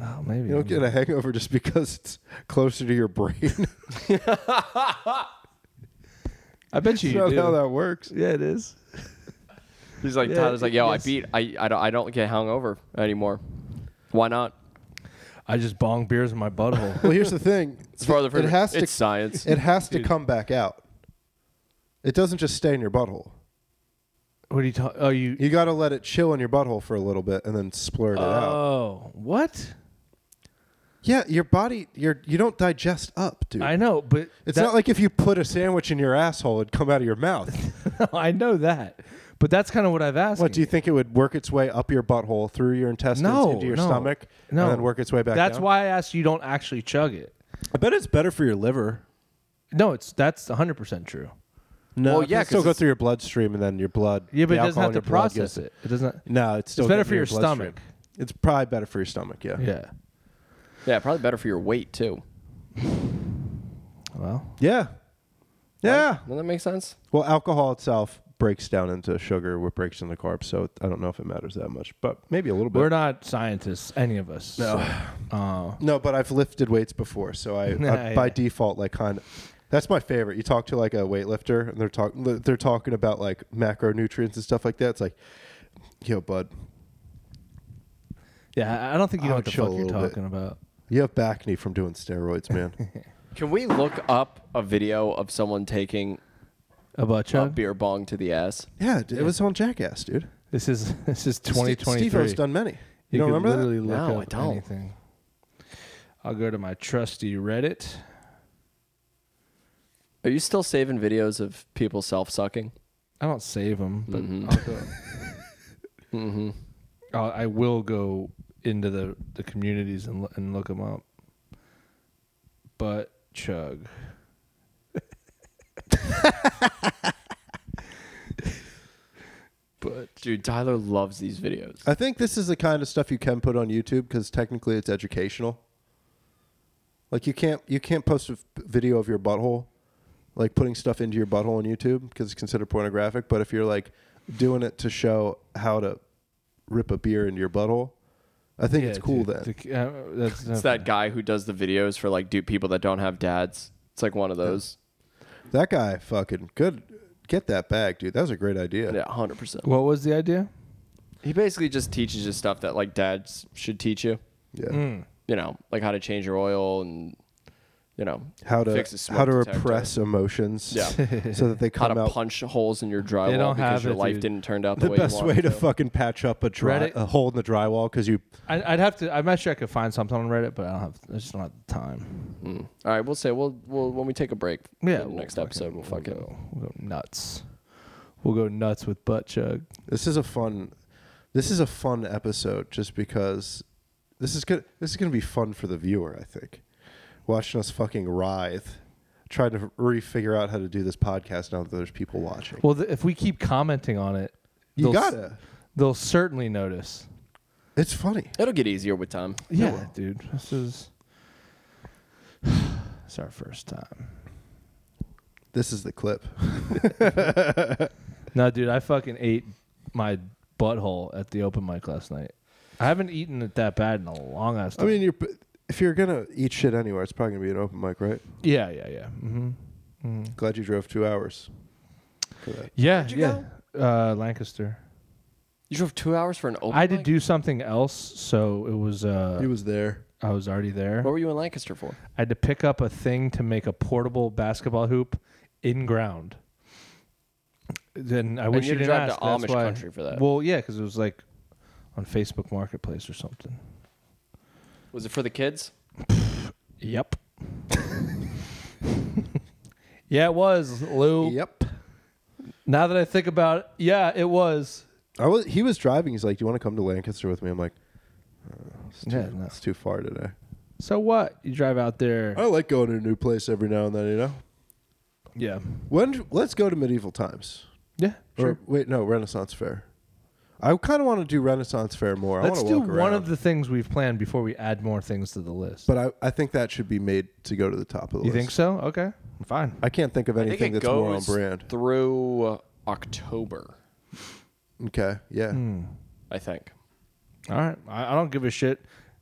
S2: Oh, maybe.
S1: you don't get a hangover just because it's closer to your brain.
S2: I bet you. you
S1: That's not
S2: do.
S1: how that works.
S2: yeah, it is.
S3: He's like,
S2: Yeah,
S3: Tyler's like, yo,
S2: yes.
S3: I beat, I, I, don't, I don't get hungover anymore. Why not?
S2: I just bong beers in my butthole.
S1: Well, here's the thing.
S3: It's farther from
S1: It has
S3: It's
S1: to.
S3: science.
S1: It has to come back out. It doesn't just stay in your butthole.
S2: What are you talking? Oh, you.
S1: You got to let it chill in your butthole for a little bit and then splurt it out.
S2: Oh, what?
S1: Yeah, your body, your you don't digest up, dude.
S2: I know, but
S1: it's
S2: that-
S1: not like if you put a sandwich in your asshole, it'd come out of your mouth.
S2: I know that, but that's kind of what I've asked.
S1: what do you think? It would work its way up your butthole through your intestines
S2: No,
S1: into your
S2: no,
S1: stomach,
S2: no.
S1: and then work its way back.
S2: That's
S1: down?
S2: why I asked you. Don't actually chug it.
S4: I bet it's better for your liver.
S2: No, it's that's 100 percent true.
S1: No,
S3: Well,
S1: it
S3: yeah,
S1: can still
S3: 'cause
S1: go
S3: it's-
S1: through your bloodstream, and then your blood.
S2: Yeah,
S1: the
S2: but it doesn't
S1: alcohol
S2: have
S1: in
S2: to
S1: your blood
S2: process
S1: gets-
S2: it. It doesn't.
S1: No, it's still
S2: better
S1: getting
S2: for
S1: in
S2: your
S1: bloodstream.
S2: stomach.
S1: It's probably better for your stomach. Yeah.
S2: Yeah.
S3: Yeah, probably better for your weight too.
S2: Well,
S1: Yeah. Yeah.
S3: Doesn't that make sense?
S1: Well, alcohol itself breaks down into sugar, what breaks into carbs. So I don't know if it matters that much, but maybe a little bit.
S2: we're not scientists, any of us. So, uh,
S1: No, but I've lifted weights before, so I, I by
S2: Yeah.
S1: default like kind of. That's my favorite. You talk to like a weightlifter, and they're talking they're talking about like macronutrients and stuff like that. It's like, yo, bud,
S2: yeah, I- I don't think you
S1: I'll
S2: know what the
S1: chill
S2: fuck
S1: a
S2: you're
S1: little bit.
S2: talking about.
S1: you have back knee from doing steroids, man.
S3: Can we look up a video of someone taking
S2: About
S3: a
S2: chug.
S3: beer bong to the ass?
S1: yeah, dude, it was on Jackass, dude.
S2: This is this is
S1: Steve
S2: 2023.
S1: has done many. You,
S2: You
S1: don't
S2: could
S1: remember
S2: literally
S1: that?
S2: look
S3: No,
S2: up
S3: I don't.
S2: anything. I'll go to my trusty Reddit.
S3: Are you still saving videos of people self sucking?
S2: I don't save them, but
S1: Mm-hmm.
S2: I'll go. I'll, I will go into the, the communities and, lo- and look them up. But chug. but
S3: Dude, Tyler loves these videos.
S1: I think this is the kind of stuff you can put on YouTube because technically it's educational. Like you can't you can't post a f- video of your butthole, like putting stuff into your butthole on YouTube because it's considered pornographic. But if you're like doing it to show how to rip a beer into your butthole, I think it's cool then.
S2: The, uh, that's
S3: It's that guy who does the videos for like do people that don't have dads. It's like one of those.
S1: that guy fucking good. Get that bag, dude. That was a great idea.
S3: Yeah, hundred percent.
S2: What was the idea?
S3: He basically just teaches you stuff that like dads should teach you.
S1: Yeah.
S2: Hmm. Mm-hmm.
S3: You know, like how to change your oil and you know
S1: How to
S3: fix a smoke
S1: how to
S3: detector.
S1: repress emotions,
S3: Yeah.
S1: so that they
S3: how
S1: come
S3: to
S1: out
S3: punch holes in your drywall
S2: don't
S3: because
S2: have
S3: your
S2: it,
S3: life
S2: dude.
S3: didn't turn out the,
S1: the
S3: way
S1: best
S3: you
S1: way
S3: wanted
S1: to fucking patch up a dry,
S2: Reddit-
S1: a hole in the drywall because you
S2: I, I'd have to. I'm not sure I could find something on Reddit, but I don't have. I just don't have the time.
S3: Mm. All right, we'll say we'll, we'll when we take a break. for
S2: Yeah,
S3: the
S2: we'll
S3: next
S2: fucking-
S3: episode we'll fucking
S2: go, we'll go nuts. We'll go nuts with butt chug.
S1: This is a fun. This is a fun episode, just because this is good. This is going to be fun for the viewer, I think. Watching us fucking writhe, trying to refigure out how to do this podcast now that there's people watching.
S2: Well, th- if we keep commenting on it,
S1: you
S2: they'll s-
S1: gotta.
S2: They'll certainly notice.
S1: It's funny.
S3: It'll get easier with time.
S2: Yeah, dude. This is. it's our first time.
S1: This is the clip.
S2: No, dude. I fucking ate my butthole at the open mic last night. I haven't eaten it that bad in a long ass
S1: I
S2: time.
S1: mean, you're if you're gonna eat shit anywhere, it's probably gonna be an open mic, right?
S2: yeah, yeah, yeah. Mm-hmm.
S1: Glad you drove two hours. for that.
S2: Yeah,
S3: you
S2: yeah. Uh, Lancaster.
S3: You drove two hours for an open.
S2: I did
S3: mic?
S2: do something else, so it was. Uh,
S1: He was there.
S2: I was already there.
S3: What were you in Lancaster for?
S2: I had to pick up a thing to make a portable basketball hoop in ground. Then I wish
S3: you
S2: you,
S3: had to
S2: didn't
S3: drive to
S2: ask. That's
S3: Amish
S2: why-
S3: country for that.
S2: Well, yeah, because it was like on Facebook Marketplace or something.
S3: Was it for the kids?
S2: Yep. yeah, it was Lou.
S1: Yep.
S2: Now that I think about it, yeah, it was.
S1: I was. He was driving. He's like, "Do you want to come to Lancaster with me?" I'm like, "Uh, it's, too,
S2: Yeah, no.
S1: it's too far today."
S2: So what? You drive out there.
S1: I like going to a new place every now and then, you know.
S2: Yeah.
S1: When let's go to medieval times.
S2: Yeah. Sure.
S1: Or wait, no, Renaissance fair. I kind of want to do Renaissance fair more. I
S2: Let's
S1: wanna
S2: do
S1: walk
S2: one of
S1: around.
S2: the things we've planned before we add more things to the list.
S1: But I, I think that should be made to go to the top of the
S2: you
S1: list.
S2: think so? Okay. Fine.
S1: I can't think of
S3: I think
S1: anything
S3: it
S1: that's more on
S3: goes
S1: brand.
S3: through uh, October,
S1: okay, yeah.
S2: Hmm.
S3: I think.
S2: All right. I, I don't give a shit.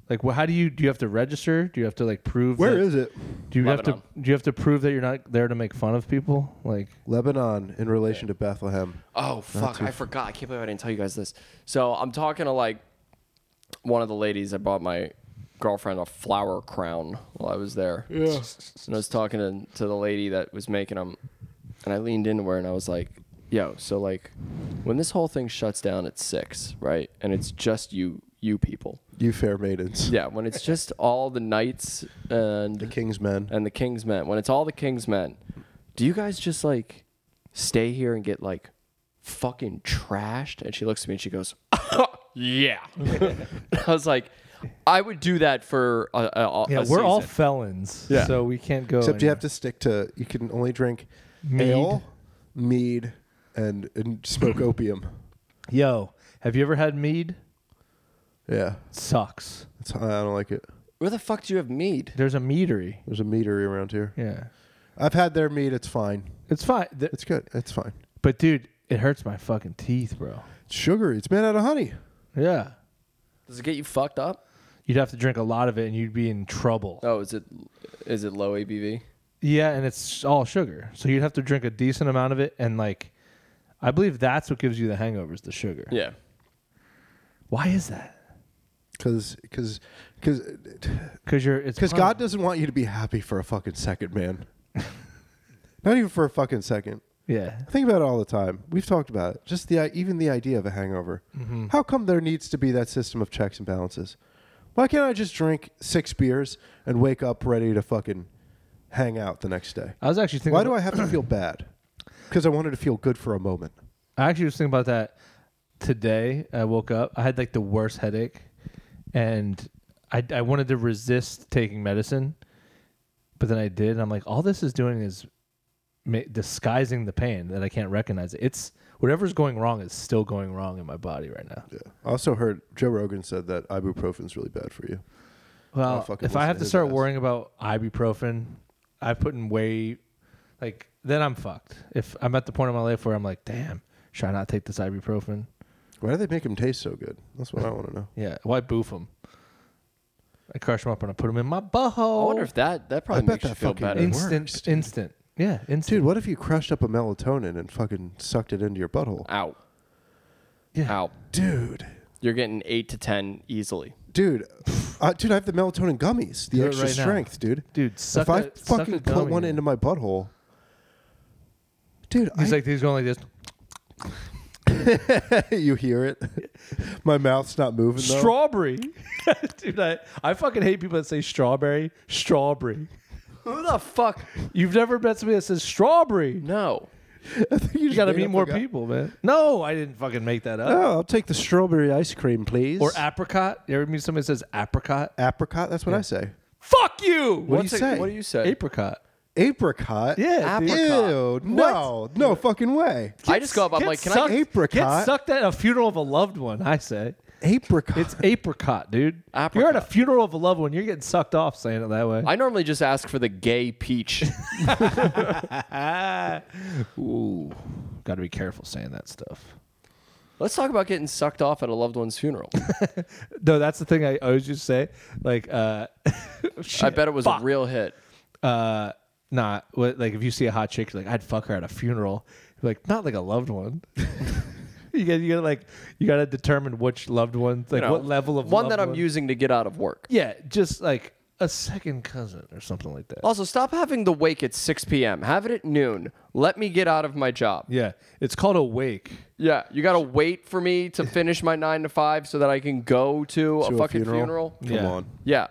S2: Like, wh- how do you do? You have to register. Do you have to like prove?
S1: Where
S2: that,
S1: is it?
S2: Do you have
S3: Lebanon.
S2: to? Do you have to prove that you're not there to make fun of people? Like,
S1: Lebanon in relation to Bethlehem.
S3: Oh fuck! I forgot. I can't believe I didn't tell you guys this. So I'm talking to like one of the ladies. I bought my girlfriend a flower crown while I was there. Yeah. And I was talking to, to the lady that was making them, and I leaned into her and I was like, yo, so like when this whole thing shuts down at six, right? And it's just you, you people.
S1: You fair maidens.
S3: Yeah, when it's just all the knights and
S1: The king's men.
S3: and the king's men. When it's all the king's men, do you guys just like stay here and get like fucking trashed? And she looks at me and she goes, "Yeah." I was like, I would do that for a, a, a
S2: Yeah, we're all
S3: season.
S2: felons,
S1: Yeah.
S2: so we can't go.
S1: Except you have to stick to. You can only drink ale, mead, and and smoke opium.
S2: Yo, have you ever had mead?
S1: Yeah,
S2: Sucks.
S1: it's, I don't like it.
S3: Where the fuck do you have mead?
S2: There's a meadery.
S1: There's a meadery around here.
S2: Yeah,
S1: I've had their mead. It's fine.
S2: it's fine. Th-
S1: It's good. It's fine.
S2: but dude, it hurts my fucking teeth, bro.
S1: It's sugary. It's made out of honey.
S2: Yeah,
S3: Does it get you fucked up?
S2: you'd have to drink a lot of it, and you'd be in trouble.
S3: Oh, is it is it low ABV?
S2: Yeah, and it's all sugar, so you'd have to drink a decent amount of it, and like, I believe that's what gives you the hangovers, the sugar.
S3: Yeah.
S2: Why is that?
S1: Because because because
S2: Because you're it's
S1: because
S2: pun-
S1: God doesn't want you to be happy for a fucking second, man. Not even for a fucking second.
S2: Yeah,
S1: I think about it all the time. We've talked about it. Just the i- even the idea of a hangover.
S2: Mm-hmm.
S1: How come there needs to be that system of checks and balances? Why can't I just drink six beers and wake up ready to fucking hang out the next day?
S2: I was actually thinking.
S1: Why do I have to feel bad? Because I wanted to feel good for a moment.
S2: I actually was thinking about that today. I woke up. I had like the worst headache, and I, I wanted to resist taking medicine, but then I did. And I'm like, all this is doing is ma- disguising the pain that I can't recognize. It. It's whatever's going wrong is still going wrong in my body right now.
S1: Yeah. I also heard Joe Rogan said that ibuprofen's really bad for you. I'll
S2: Well,
S1: fucking
S2: if I
S1: listen
S2: have
S1: to
S2: to
S1: his
S2: start
S1: ass.
S2: worrying about ibuprofen, I put in way, like then I'm fucked. If I'm at the point in my life where I'm like, damn, should I not take this ibuprofen?
S1: Why do they make them taste so good? That's what I want to know.
S2: Yeah, why boof them? I crush them up and I put them in my butthole.
S3: I wonder if that that probably
S1: bet
S3: makes you
S1: that
S3: feel
S1: fucking
S3: better.
S1: is-
S2: instant,
S1: works, dude.
S2: instant. Yeah, instant.
S1: Dude, what if you crushed up a melatonin and fucking sucked it into your butthole?
S2: Uh,
S3: Ow.
S2: Yeah.
S3: Ow.
S1: Dude.
S3: You're getting eight to ten easily.
S1: Dude, uh, dude, I have the melatonin gummies, the
S2: Do it
S1: extra
S2: right now.
S1: strength, dude.
S2: dude, suck
S1: if I
S2: a- suck
S1: fucking
S2: a
S1: put
S2: gummy.
S1: one into my butthole, dude,
S2: he's
S1: I,
S2: like he's going like this.
S1: you hear it. my mouth's not moving though.
S2: Strawberry, dude. I, I fucking hate people that say strawberry. Strawberry.
S3: Who the fuck?
S2: You've never met somebody that says strawberry.
S3: No.
S1: I think
S2: You
S1: just
S2: got to
S1: made
S2: meet
S1: up
S2: more
S1: a guy.
S2: people, man. No, I didn't fucking make that up.
S1: Oh, I'll take the strawberry ice cream, please.
S2: Or apricot. You ever meet somebody that says apricot?
S1: apricot. That's what I say.
S2: Fuck you.
S1: What
S3: What's
S1: do you
S3: it-
S1: say?
S3: What do you say?
S2: Apricot.
S1: Apricot.
S2: Yeah, dude.
S1: Ew. No. No fucking way.
S3: I just go up. I'm
S2: Get
S3: like, can
S2: sucked-
S3: I?
S1: Apricot?
S2: Get sucked at a funeral of a loved one. I say.
S1: Apricot.
S2: It's apricot, dude. You're at a
S3: Apricot.
S2: funeral of a loved one. You're getting sucked off saying it that way.
S3: I normally just ask for the gay peach.
S2: Ooh, got to be careful saying that stuff.
S3: Let's talk about getting sucked off at a loved one's funeral.
S2: No, that's the thing I always just say. Like, uh,
S3: I
S2: shit,
S3: bet it was
S2: fuck.
S3: a real hit.
S2: Uh, not what, like if you see a hot chick, you're like I'd fuck her at a funeral. You're like not like a loved one. you got you got to like you got to determine which loved one, like
S3: You know,
S2: what level of
S3: one
S2: loved
S3: that I'm using to get out of work.
S2: Yeah, just like a second cousin or something like that.
S3: Also, stop having the wake at 6 p.m. Have it at noon. Let me get out of my job.
S2: Yeah, it's called a wake.
S3: Yeah, you gotta wait for me to finish my nine to five so that I can go to,
S1: To
S3: a fucking funeral.
S1: Come
S2: Yeah.
S1: on.
S3: Yeah,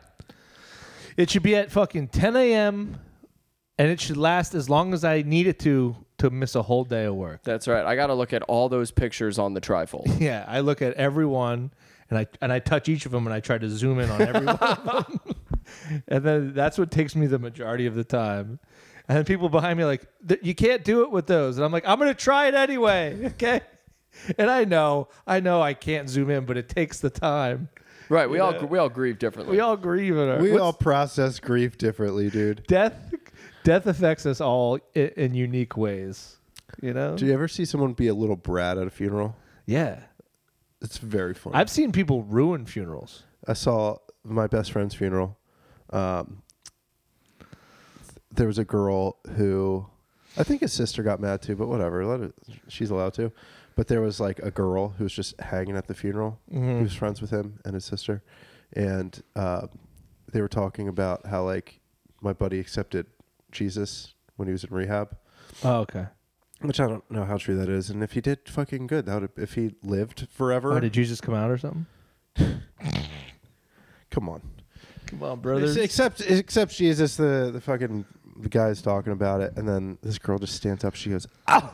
S2: It should be at fucking 10 a.m. and it should last as long as I need it to to miss a whole day of work.
S3: that's right. I gotta look at all those pictures on the trifold.
S2: Yeah, I look at everyone and I and I touch each of them and I try to zoom in on every one of them. and then that's what takes me the majority of the time. And then people behind me are like, "Th- you can't do it with those. And I'm like, I'm gonna try it anyway. Okay. And I know, I know I can't zoom in, but it takes the time.
S3: Right, we all we all grieve differently.
S2: We all grieve in our
S1: We
S2: what's-
S1: all process grief differently, dude.
S2: death death affects us all in, in unique ways you know
S1: Do you ever see someone be a little brat at a funeral?
S2: yeah
S1: It's very funny.
S2: i've seen people ruin funerals
S1: I saw my best friend's funeral. Um, th- there was a girl who, I think his sister got mad too, but whatever. Let it, she's allowed to. But there was like a girl who was just hanging at the funeral. Who was friends with him and his sister, and uh, they were talking about how like my buddy accepted Jesus when he was in rehab
S2: oh okay
S1: Which I don't know how true that is. And if he did fucking good, that would if he lived forever.
S2: Oh, did Jesus come out or something?
S1: Come on.
S2: Come on,
S1: Except except Jesus the the fucking the guy's talking about it and then this girl just stands up, she goes, Oh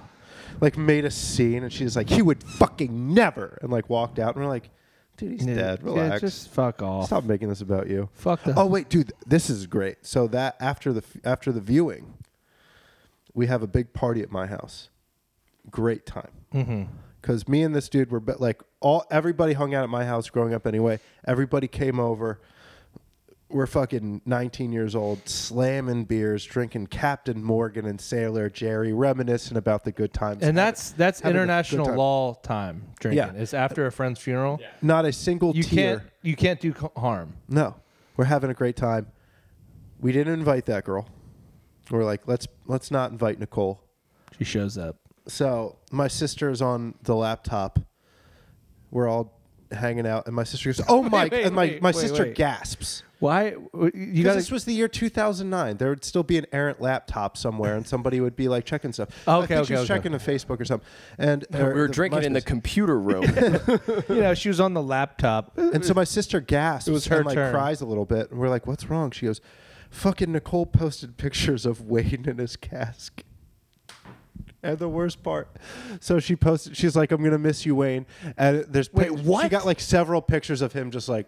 S1: like made a scene and she's like, He would fucking never and like walked out and we're like, Dude, he's dead. Relax.
S2: just fuck off.
S1: Stop making this about you.
S2: Fuck the.
S1: Oh wait, dude, this is great. So that after the after the viewing, we have a big party at my house. Great time.
S2: Mm-hmm.
S1: Because me and this dude were be- like all everybody hung out at my house growing up anyway. Everybody came over. We're fucking 19 years old, slamming beers, drinking Captain Morgan and Sailor Jerry, reminiscing about the good times.
S2: and that's that's
S1: having a good
S2: international
S1: time.
S2: law time drinking.
S1: Yeah.
S2: It's after a friend's funeral.
S1: not a single
S2: You
S1: tear.
S2: can't you can't do c- harm.
S1: No, we're having a great time. We didn't invite that girl. We're like, let's let's not invite Nicole.
S2: She shows up.
S1: So my sister's on the laptop. We're all hanging out, and my sister goes, "Oh my!"
S2: wait,
S1: and my,
S2: wait,
S1: my
S2: wait,
S1: sister
S2: wait.
S1: gasps
S2: Why w- you
S1: because
S2: got
S1: this was the year 2009. There would still be an errant laptop somewhere, and somebody would be like checking stuff. I
S2: Okay,
S1: think she
S2: okay,
S1: was
S2: okay.
S1: checking a Facebook or something. And er, or
S3: we were drinking in the
S1: MySpace.
S3: computer room.
S2: you know she was on the laptop.
S1: And so my sister gasps
S2: It was her
S1: and like
S2: turn.
S1: cries a little bit, and we're like, "What's wrong?" She goes, "Fucking Nicole posted pictures of Wayne in his cask." And the worst part, so she posted. She's like, "I'm gonna miss you, Wayne." And there's
S2: Wait,
S1: pic- She
S2: what?
S1: got like several pictures of him just like,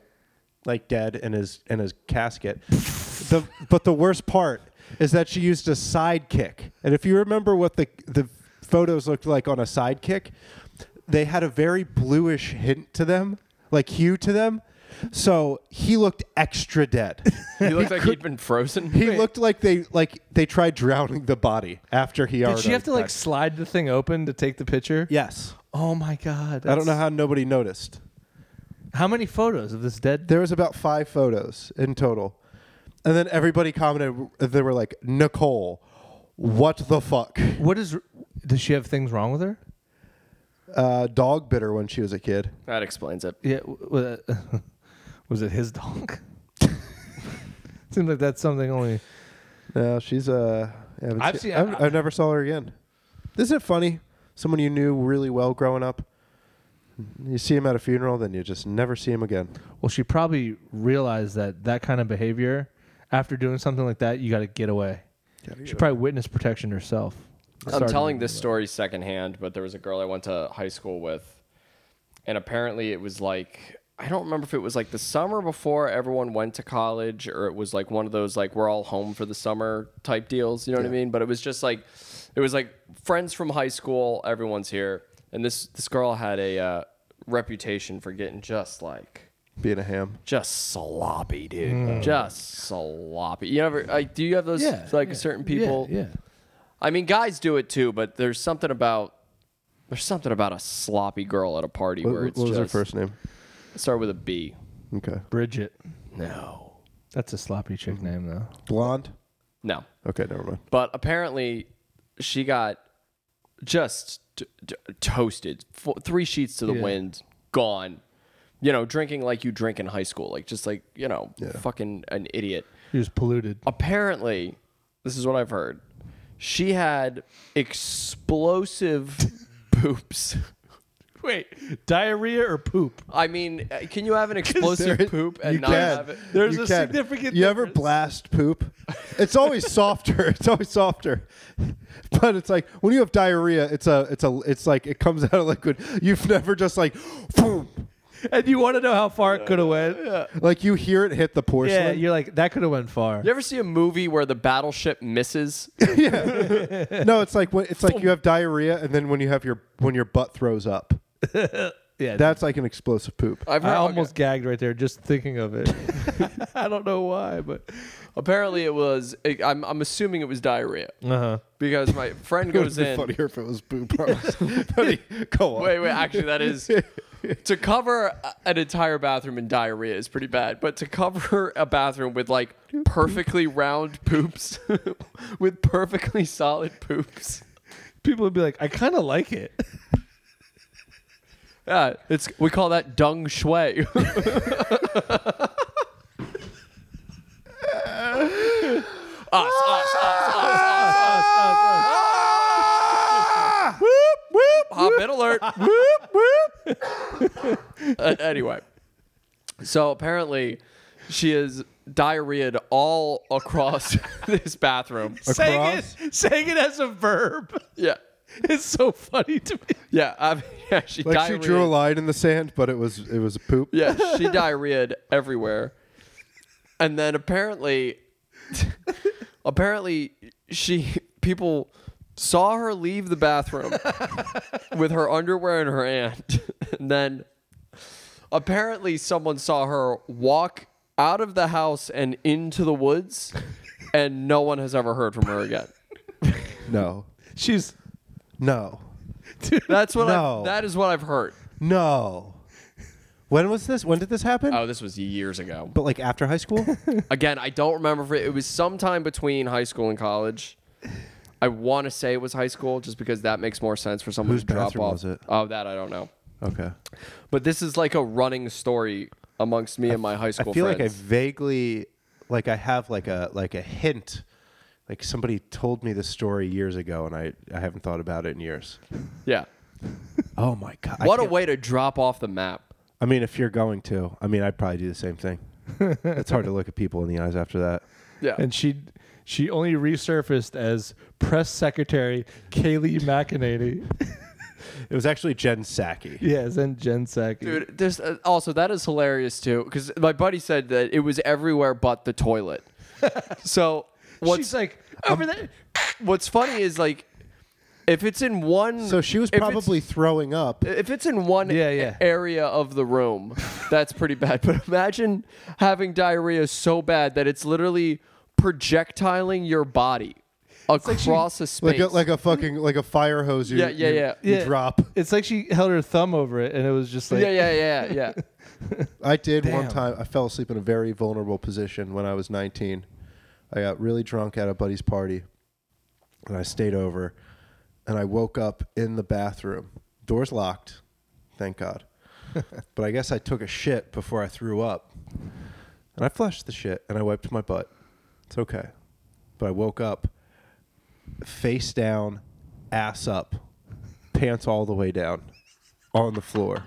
S1: like dead in his in his casket. the but the worst part is that she used a sidekick, and if you remember what the the photos looked like on a sidekick, they had a very bluish hint to them, like hue to them. So he looked extra dead.
S3: he looked like he'd been frozen.
S1: He looked like they like they tried drowning the body after he
S2: Did
S1: already.
S2: she have to like
S1: died.
S2: slide the thing open to take the picture?
S1: Yes.
S2: Oh my god.
S1: I don't know
S2: that's-
S1: how nobody noticed.
S2: How many photos of this dead?
S1: There was about five photos in total, and then everybody commented. They were like, "Nicole, what the fuck?
S2: What is? Does she have things wrong with her?
S1: Uh, dog bit her when she was a kid.
S3: That explains it.
S2: Yeah. w- w- uh, was it his dog? Seems like that's something only.
S1: No, she's uh, I haven't
S2: I've
S1: seen-
S2: seen-
S1: I've, I've never saw her again. Isn't it funny? Someone you knew really well growing up, you see him at a funeral, then you just never see him again.
S2: Well, she probably realized that that kind of behavior, after doing something like that, you got to get away. she probably witnessed protection herself.
S3: I'm
S2: Started-
S3: telling this story secondhand, but there was a girl I went to high school with, and apparently it was like I don't remember if it was like the summer before everyone went to college, or it was like one of those like we're all home for the summer type deals. You know what I mean? But it was just like it was like friends from high school, everyone's here, and this this girl had a uh, reputation for getting just like
S1: Being a ham.
S3: just sloppy, dude,
S2: Hmm.
S3: just sloppy. You ever like do you have those like certain people?
S2: Yeah. yeah.
S3: I mean, guys do it too, but there's something about there's something about a sloppy girl at a party
S1: What,
S3: where
S1: what
S3: it's
S1: was
S3: just
S1: her first name?
S3: start with a B.
S1: Okay,
S2: Bridget.
S3: No,
S2: That's a sloppy chick name though.
S1: blonde.
S3: no.
S1: Okay, never mind.
S3: But apparently, she got just t- t- toasted, Fo three sheets to the
S2: Yeah.
S3: wind, gone. You know, drinking like you drink in high school, like just like you know, fucking an idiot.
S2: She was polluted.
S3: apparently, this is what I've heard. She had explosive poops.
S2: Wait, diarrhea or poop?
S3: I mean, uh, can you have an explosive
S1: There-
S3: poop and
S1: you
S3: not
S1: can.
S3: have it?
S2: There's
S1: You
S2: a
S1: can.
S2: significant
S1: You ever
S2: difference.
S1: blast poop? It's always softer. It's always softer. But it's like when you have diarrhea, it's a, it's a, it's like it comes out of liquid. You've never just like, boom,
S2: And you want to know how far it could have went?
S1: like you hear it hit the
S2: Yeah,
S1: porcelain.
S2: you're like that could have went far.
S3: You ever see a movie where the battleship misses?
S1: no, it's like when, it's like you have diarrhea, and then when you have your when your butt throws up,
S2: Yeah,
S1: that's like an explosive poop.
S3: I've
S2: I
S3: heard-
S2: almost
S3: okay.
S2: gagged right there just thinking of it. I don't know why, but
S3: Apparently, it was. I- I'm, I'm assuming it was diarrhea
S2: uh-huh.
S3: because my friend
S1: It would
S3: goes
S1: be
S3: in.
S1: funnier if it was poop. honestly. Go on.
S3: Wait, wait. Actually, that is to cover a- an entire bathroom in diarrhea is pretty bad. But to cover a bathroom with like perfectly round poops, with perfectly solid poops.
S2: people would be like, I kind of like it.
S3: Yeah, it's we call that dung shui. us, us, us, us, us, us, us. Hobbit Ah, alert. Uh, anyway, so apparently she is diarrheaed all across this bathroom.
S2: Saying it, saying it as a verb
S3: Yeah.
S2: is so funny to me.
S3: Yeah. I mean, yeah she
S1: Like she drew a
S3: diarrheaed-
S1: line in the sand, but it was it was a poop.
S3: Yeah, she diarrheaed everywhere. And then apparently apparently she people saw her leave the bathroom with her underwear in her hand. And then apparently someone saw her walk out of the house and into the woods and no one has ever heard from her again.
S1: No,
S2: She's
S1: no,
S3: That's what
S1: No.
S3: I that is what I've heard.
S1: no.
S4: When was this? When did this happen?
S3: Oh, this was years ago.
S4: But like after high school?
S3: Again, I don't remember if it, it was sometime between high school and college. I want to say it was high school just because that makes more sense for someone
S1: Whose
S3: to drop
S1: bathroom
S3: off.
S1: was it?
S3: Oh, that I don't know.
S1: Okay,
S3: But this is like a running story amongst me and my high
S4: I
S3: school
S4: feel like I
S3: friends.
S4: vaguely like I have like a like a hint. Like somebody told me this story years ago and I, I haven't thought about it in years.
S3: yeah.
S4: Oh my god.
S3: What
S4: I
S3: a
S4: can't-
S3: way to drop off the map.
S4: I mean if you're going to, I mean I'd probably do the same thing. it's hard to look at people in the eyes after that.
S3: Yeah.
S2: and she she only resurfaced as press secretary Kaylee McEnany.
S4: It was actually Jen Psaki.
S2: yes, and Jen Psaki.
S3: Dude, there's uh, also that is hilarious too because my buddy said that it was everywhere but the toilet. so what's
S2: She's like over there.
S3: what's funny is like if it's in one
S1: so she was
S3: if it's-
S1: probably throwing up.
S3: if it's in one
S2: Yeah, yeah.
S3: area of the room, that's pretty bad. But imagine having diarrhea so bad that it's literally projectiling your body across a
S1: Like
S3: space.
S1: a, like a fucking like a fire hose. You,
S3: Yeah, yeah,
S1: you-
S3: yeah.
S1: you
S2: Yeah.
S1: drop.
S2: It's like she held her thumb over it, and it was just like
S3: yeah, yeah, yeah, yeah.
S1: I did one
S2: Damn.
S1: time. I fell asleep in a very vulnerable position when I was 19. I got really drunk at a buddy's party, and I stayed over. And I woke up in the bathroom, doors locked, thank God. but I guess I took a shit before I threw up, and I flushed the shit and I wiped my butt. It's okay, but I woke up, face down, ass up, pants all the way down, on the floor.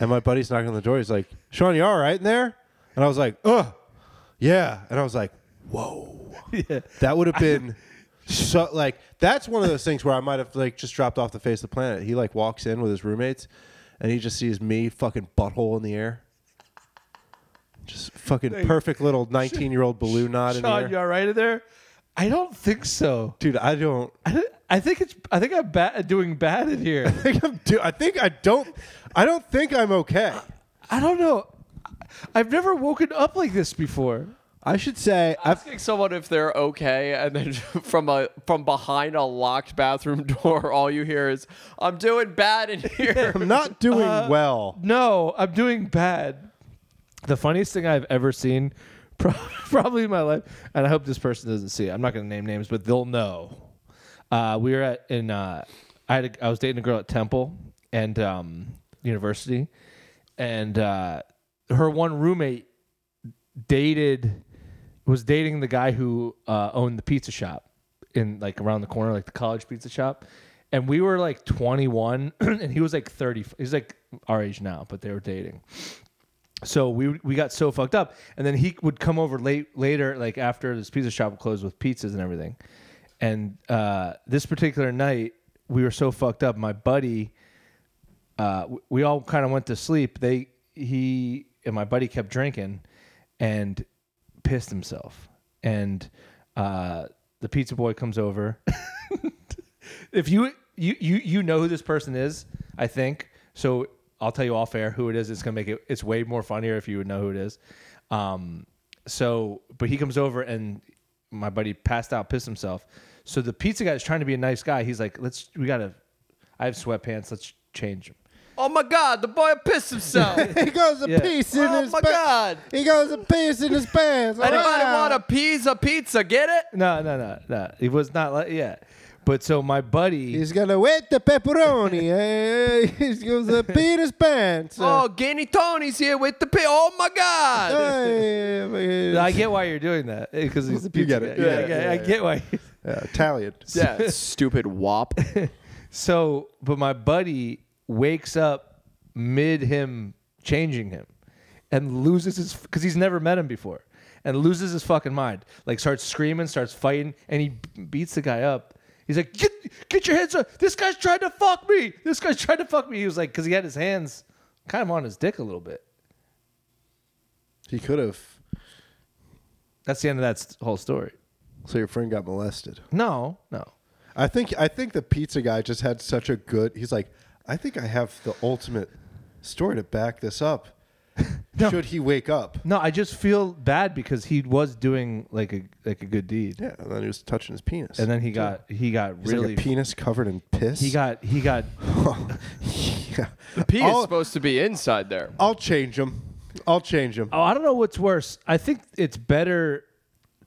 S1: And my buddy's knocking on the door. He's like, Sean, you all right in there? And I was like, ugh, yeah. And I was like, whoa. That would have been so, like, that's one of those things where I might have, like, just dropped off the face of the planet. He, like, walks in with his roommates and he just sees me fucking butthole in the air. Just fucking perfect little 19 year old balloon knot in
S2: Sean,
S1: the
S2: you
S1: air.
S2: all right in there? I don't think so.
S1: Dude, I don't.
S2: I, don't- I think it's. I think I'm bad doing bad in here.
S1: I think I'm. Do- I think I don't. I don't think I'm okay.
S2: I don't know. I've never woken up like this before.
S1: I should say I've
S3: Asking someone if they're okay, and then from a from behind a locked bathroom door, all you hear is "I'm doing bad in here."
S1: I'm not doing
S3: Uh,
S1: well.
S2: No, I'm doing bad. The funniest thing I've ever seen, pro- probably in my life, and I hope this person doesn't see it. I'm not going to name names, but they'll know. Uh, we were at in uh, I had a, I was dating a girl at Temple and um, university, and uh, her one roommate dated was dating the guy who uh, owned the pizza shop in like around the corner, like the college pizza shop. And we were like 21, and he was like 30. He's like our age now, but they were dating. So we we got so fucked up, and then he would come over late later, like after this pizza shop would close with pizzas and everything. And uh, this particular night, we were so fucked up. My buddy, uh, w- we all kind of went to sleep. They he and my buddy kept drinking and pissed himself. And uh, the pizza boy comes over. if you you you you know who this person is, I think. So I'll tell you off air who it is. It's gonna make it. It's way more funnier if you would know who it is. Um. So, but he comes over and my buddy passed out, pissed himself. So the pizza guy is trying to be a nice guy. He's like, "Let's. We gotta. I have sweatpants. Let's change them."
S3: oh my god, the boy pissed himself.
S1: He goes a
S2: Yeah.
S1: piece in
S3: oh
S1: his
S3: my
S1: pa-
S3: god.
S1: He goes a piece in his pants.
S3: Anybody
S1: Wow.
S3: want a piece of pizza? Get it?
S2: No, no, no, no. It was not like yeah. But so my buddy.
S1: He's gonna wet the pepperoni. eh? he goes a pee in his pants.
S3: Oh, Guinea Tony's here with the pizza. Oh my god.
S1: Eh,
S2: I get why you're doing that because he's a
S1: You
S2: pizza
S1: get it.
S2: guy.
S1: Yeah,
S2: Yeah, yeah,
S1: yeah,
S2: I
S1: yeah.
S2: get why.
S1: Yeah, Italian.
S3: yeah, stupid wop.
S2: So, but my buddy wakes up mid him changing him and loses his, because he's never met him before, and loses his fucking mind. Like, starts screaming, starts fighting, and he b- beats the guy up. He's like, get, get your hands up. This guy's trying to fuck me. This guy's trying to fuck me. He was like, because he had his hands kind of on his dick a little bit.
S1: He could have.
S2: That's the end of that s- whole story.
S1: So your friend got molested.
S2: No, no.
S1: I think I think the pizza guy just had such a good. He's like, I think I have the ultimate story to back this up.
S2: No.
S1: Should he wake up?
S2: No, I just feel bad because he was doing like a like a good deed,
S1: Yeah, and then he was touching his penis.
S2: and then he got he got
S1: He's
S2: really
S1: like a penis covered in piss. Oh,
S2: he got he got
S1: yeah.
S3: The pee is
S1: I'll,
S3: supposed to be inside there.
S1: I'll change him. I'll change him.
S2: oh I don't know what's worse. I think it's better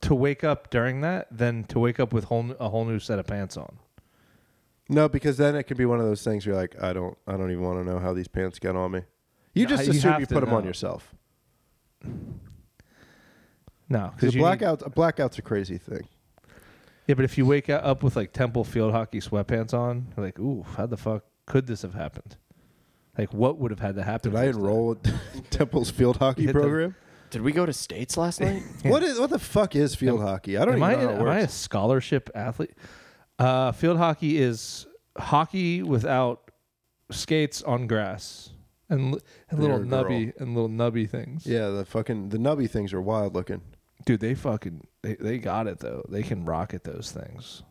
S2: to wake up during that than to wake up with whole, a whole new set of pants on.
S1: No, because then it can be one of those things where you're like, I don't, I don't even want to know how these pants got on me. You
S2: No,
S1: just
S2: you
S1: assume
S2: have
S1: you,
S2: to
S1: put them on
S2: know.
S1: yourself.
S2: No,
S1: Because
S2: you need-
S1: blackout, blackout's a crazy thing.
S2: yeah, but if you wake up with like Temple field hockey sweatpants on, you're like, ooh, how the fuck could this have happened? Like, what would have had to happen?
S1: Did I
S2: first then?
S1: enroll at Temple's field hockey
S2: hit the-
S1: program?
S3: Did we go to states last night?
S1: What is what the fuck is field hockey? I don't
S2: Am
S1: even
S2: I,
S1: know how it
S2: am I a
S1: works.
S2: scholarship athlete? Uh, field hockey is hockey without skates on grass and, li- and
S1: You're
S2: little
S1: a girl.
S2: nubby and little nubby things.
S1: yeah, the fucking the nubby things are wild looking.
S2: dude, they fucking they, they got it though. They can rocket those things.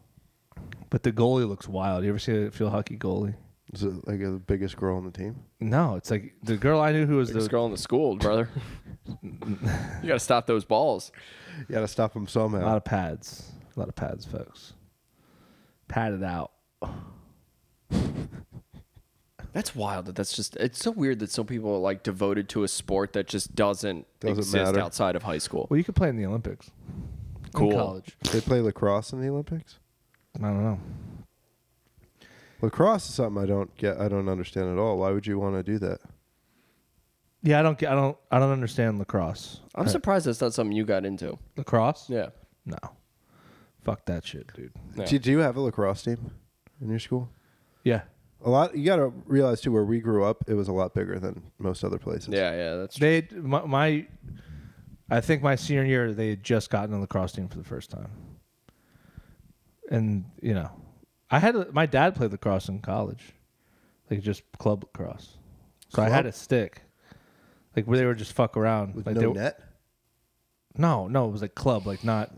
S2: But the goalie looks wild. You ever see a field hockey goalie?
S1: Is it uh, like the biggest girl on the team?
S2: No, it's like the girl I knew who was
S3: Biggest
S2: the
S3: girl in the school, brother. you got to stop those balls.
S1: You gotta stop them
S2: a lot
S1: somehow.
S2: of pads, a lot of pads, folks. Padded out.
S3: That's wild. That that's just. It's so weird that some people are like devoted to a sport that just doesn't,
S1: Doesn't
S3: exist
S1: matter.
S3: outside of high school.
S2: Well, you could play in the Olympics. In
S3: Cool.
S2: college.
S1: They play lacrosse in the Olympics.
S2: I don't know.
S1: Lacrosse is something I don't get. I don't understand at all. Why would you want to do that?
S2: Yeah, I don't get. I don't. I don't understand lacrosse.
S3: I'm surprised that's not something you got into.
S2: Lacrosse?
S3: Yeah.
S2: No. Fuck that shit, dude.
S3: Yeah.
S1: Do, do you have a lacrosse team in your school?
S2: Yeah.
S1: A lot. You gotta realize too, where we grew up, it was a lot bigger than most other places.
S3: Yeah, yeah, that's true.
S2: They my, my I think my senior year they had just gotten a lacrosse team for the first time. And, you know, I had a, my dad played lacrosse in college. Like just club lacrosse. So I had
S1: Club?
S2: a stick. Like where they were just fuck around.
S1: With
S2: like
S1: no
S2: they,
S1: net.
S2: No, no, it was like club, like not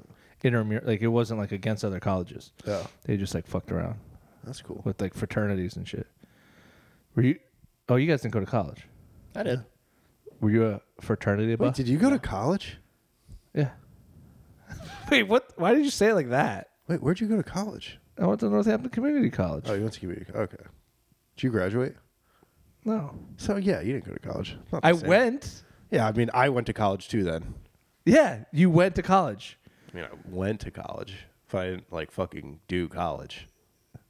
S2: intermur like it wasn't like against other colleges.
S1: Oh,
S2: They just like fucked around.
S1: that's cool.
S2: with like fraternities and shit. Were you? Oh, you guys didn't go to college.
S3: I did.
S2: Were you a fraternity
S1: Wait,
S2: buff?
S1: did you go to college?
S2: yeah. Wait, what? Why did you say it like that?
S1: Wait, where'd you go to college?
S2: I went to Northampton Community College.
S1: Oh, you went to community. Okay. Did you graduate?
S2: no,
S1: So yeah, you didn't go to college. Not the
S2: I
S1: same.
S2: went.
S1: Yeah, I mean, I went to college too. Then.
S2: Yeah, you went to college.
S1: I mean, I went to college, but I didn't like fucking do college.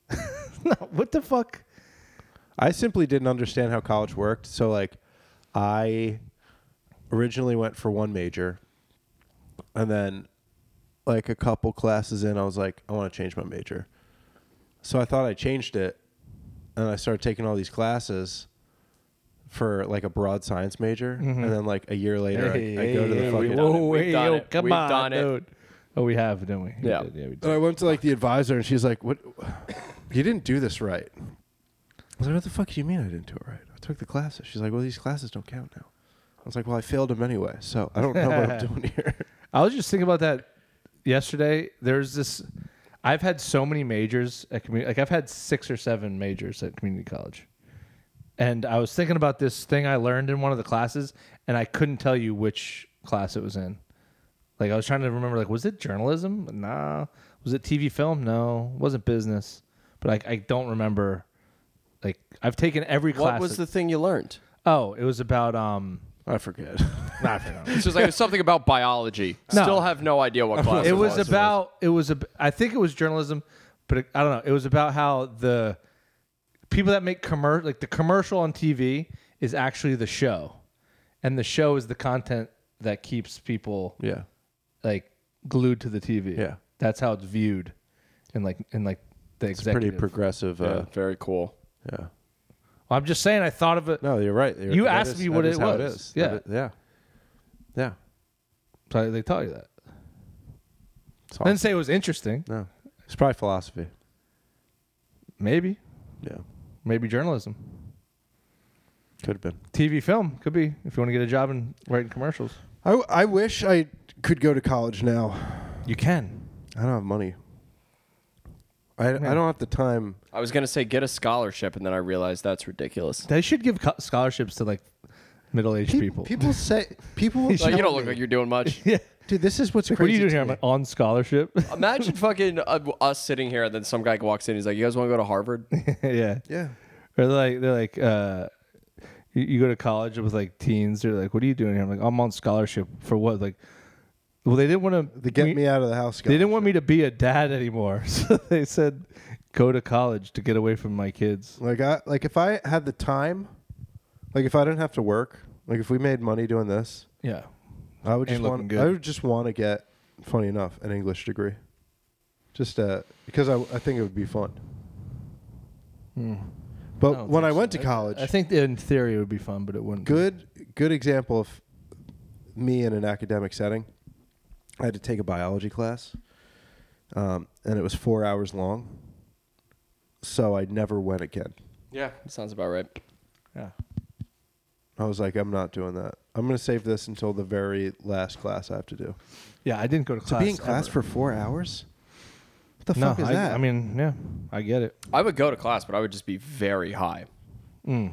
S2: No, what the fuck?
S1: I simply didn't understand how college worked. So like, I originally went for one major, and then like a couple classes in, I was like, I want to change my major. So I thought I changed it, and I started taking all these classes for like a broad science major, and then like a year later, I, I go to the
S2: Mm-hmm. Hey,
S1: fucking.
S2: whoa,
S3: We've
S2: hey,
S3: done
S2: yo,
S3: it.
S2: come
S3: We've
S2: on,
S3: done it.
S2: dude. Oh, we have, didn't we? We
S3: Yeah.
S2: did, yeah, we did.
S1: And I went to like the advisor, and she's like, "What? You didn't do this right." I was like, "What the fuck do you mean I didn't do it right? I took the classes." She's like, "Well, these classes don't count now." I was like, "Well, I failed them anyway, so I don't know what I'm doing here."
S2: I was just thinking about that yesterday. There's this. I've had so many majors at community. Like I've had six or seven majors at community college, and I was thinking about this thing I learned in one of the classes, and I couldn't tell you which class it was in. Like I was trying to remember. Like was it journalism? Nah. Was it TV film? No. Wasn't business. But like I don't remember. Like I've taken every class.
S3: What was the thing you learned?
S2: Oh, it was about um.
S1: I forget.
S2: I forgot.
S3: It's just like it was something about biology.
S2: No.
S3: Still have no idea what class
S2: it
S3: it
S2: was about it was a i think it was journalism but it, i don't know it was about how the people that make commercial like the commercial on tv is actually the show and the show is the content that keeps people
S1: yeah,
S2: like glued to the tv
S1: Yeah.
S2: that's how it's viewed and like and like the
S4: It's pretty
S2: executive.
S4: progressive.
S3: Yeah,
S4: Uh,
S3: very cool.
S4: yeah.
S2: Well, I'm just saying. I thought of it.
S4: No, you're right. You're-
S2: You
S4: that
S2: asked
S4: is-
S2: me
S4: that
S2: what
S4: is
S2: it
S4: how
S2: was.
S4: is.
S2: Yeah.
S4: That i- yeah. Yeah.
S2: So they tell you that.
S4: It's
S2: I didn't say it was interesting.
S4: No. It's probably philosophy.
S2: Maybe,
S4: Yeah.
S2: maybe journalism,
S4: Could have been.
S2: TV, film could be if you want to get a job in writing commercials.
S1: I, I wish I could go to college now.
S2: You can.
S1: I don't have money. I, I don't have the time.
S3: I was gonna say get a scholarship, and then I realized that's ridiculous.
S2: They should give co- scholarships to like middle-aged
S1: Pe-
S2: people.
S1: People say people. will
S3: Like, you
S1: tell
S3: don't look
S1: me,
S3: like you're doing much.
S2: yeah.
S1: Dude, this is what's
S2: Like,
S1: crazy.
S2: what are you doing
S1: to
S2: here?
S1: me.
S2: I'm on scholarship.
S3: Imagine fucking uh, us sitting here, and then some guy walks in. He's like, "You guys want to go to Harvard?"
S2: yeah.
S1: Yeah.
S2: Or they're like they're like uh you, you go to college with like teens, they're like, What are you doing here? I'm like, I'm on scholarship for what? Like well they didn't want to
S1: The get me out of the house.
S2: they didn't want me to be a dad anymore. So they said go to college to get away from my kids.
S1: Like I like if I had the time, like if I didn't have to work, like if we made money doing this,
S2: Yeah.
S1: I would
S2: Ain't
S1: just want
S2: looking good.
S1: I would just want to get funny enough an English degree. Just uh because I I think it would be fun. But
S2: don't
S1: when
S2: think
S1: I
S2: so.
S1: went to college,
S2: I think in theory it would be fun, but it wouldn't be.
S1: good good example of me in an academic setting. I had to take a biology class, um, and it was four hours long. So I never went again.
S3: Yeah, sounds about right.
S2: Yeah.
S1: I was like, I'm not doing that. I'm gonna save this until the very last class I have to do.
S2: Yeah, I didn't go to
S1: To
S2: class.
S1: be in class
S2: ever.
S1: for four hours? What the fuck
S2: no,
S1: is
S2: I,
S1: that?
S2: I mean, yeah, I get it.
S3: I would go to class, but I would just be very high. Well,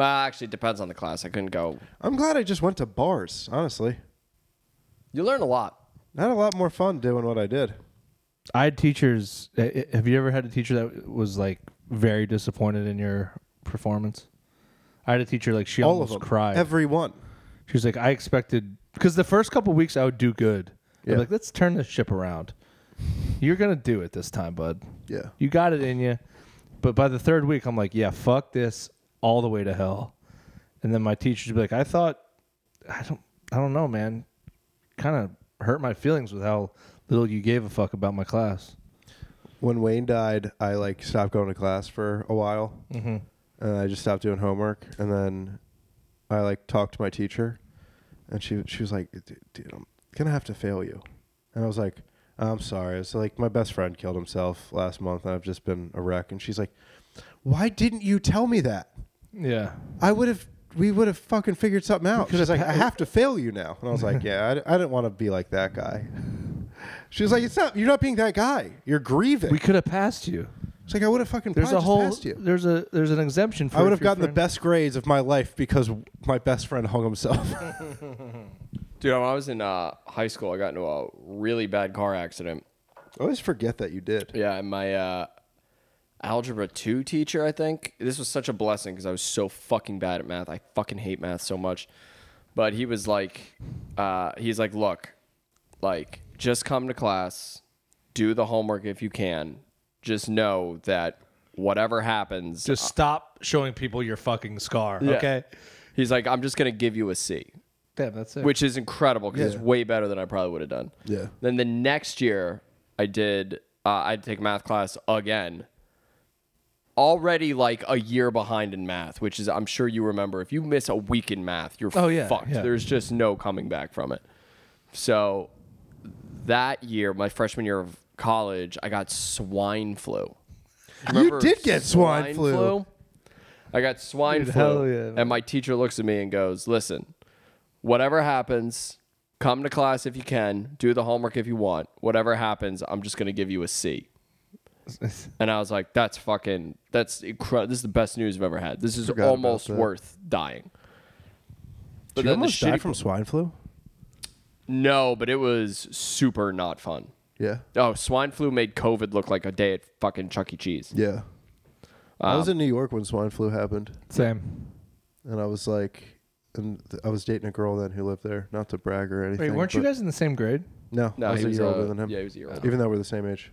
S3: actually, it depends on the class. I couldn't go.
S1: I'm glad I just went to bars. Honestly,
S3: You learn a lot.
S1: I had a lot more fun doing what I did.
S2: I had teachers. uh, uh, Have you ever had a teacher that was like very disappointed in your performance? I had a teacher like she
S1: All of
S2: almost
S1: them,
S2: cried.
S1: every one.
S2: she was like, I expected because the first couple weeks I would do good. I'd be
S1: Yeah.
S2: like, let's turn this ship around. You're gonna do it this time, bud.
S1: Yeah.
S2: You got it in you. But by the third week, I'm like, yeah, fuck this all the way to hell. And then my teachers would be like, I thought, I don't, I don't know, man. Kind of hurt my feelings with how little you gave a fuck about my class.
S1: When Wayne died, I like stopped going to class for a while, mm-hmm. and I just stopped doing homework. And then I like talked to my teacher, and she she was like, "Dude, dude, I'm gonna have to fail you," and I was like. I'm sorry. It's like my best friend killed himself last month, and I've just been a wreck. And she's like, "Why didn't you tell me that?
S2: Yeah.
S1: I would have, we would have fucking figured something out. She's like, I have to fail you now. And I was like, yeah, I, d- I didn't want to be like that guy. She was like, it's not, you're not being that guy. You're grieving.
S2: We could have passed you.
S1: it's like, I would have fucking
S2: There's
S1: probably
S2: a
S1: just
S2: whole
S1: passed you.
S2: there's a there's an exemption for
S1: I would
S2: if
S1: have
S2: your
S1: gotten the
S2: friend-
S1: best grades of my life because my best friend hung himself.
S3: Dude, when I was in uh, high school, I got into a really bad car accident.
S1: I always forget that you did.
S3: Yeah, and my uh, algebra two teacher, I think this was such a blessing because I was so fucking bad at math. I fucking hate math so much. But he was like, uh, he's like, look, like just come to class, do the homework if you can. Just know that whatever happens,
S2: Just stop showing people your fucking scar.
S3: Yeah.
S2: Okay.
S3: he's like, I'm just gonna give you a C.
S2: Damn, that's it.
S3: which is incredible because
S1: Yeah.
S3: it's way better than I probably would have done.
S1: Yeah.
S3: Then the next year, I did. Uh, I had to take math class again. Already like a year behind in math, which is I'm sure you remember. If you miss a week in math, you're
S2: Oh, yeah,
S3: fucked.
S2: yeah.
S3: There's just no coming back from it. So that year, my freshman year of college, I got swine flu. Remember
S1: did get swine flu.
S3: I got swine
S2: Dude,
S3: flu.
S2: hell yeah, man.
S3: and my teacher looks at me and goes, Listen, whatever happens, come to class if you can, do the homework if you want. Whatever happens, I'm just going to give you a C. And I was like, That's fucking, that's incredible. This is the best news I've ever had. This is
S1: Forgot about
S3: almost
S1: that.
S3: worth dying.
S1: Did
S3: But
S1: you
S3: then the
S1: almost die
S3: shitty,
S1: from swine flu?
S3: no, but it was super not fun.
S1: Yeah.
S3: Oh, swine flu made COVID look like a day at fucking Chuck E. Cheese.
S1: Yeah. I
S3: Um,
S1: was in New York when swine flu happened.
S2: same.
S1: And I was like, and th- I was dating a girl then who lived there. Not to brag or anything.
S2: Wait, weren't you
S1: but-
S2: guys in the same grade?
S1: No,
S3: No,
S1: I was
S3: he
S1: a
S3: was,
S1: year
S3: uh,
S1: older than him.
S3: yeah, he was a year older.
S1: Even though we're the same age.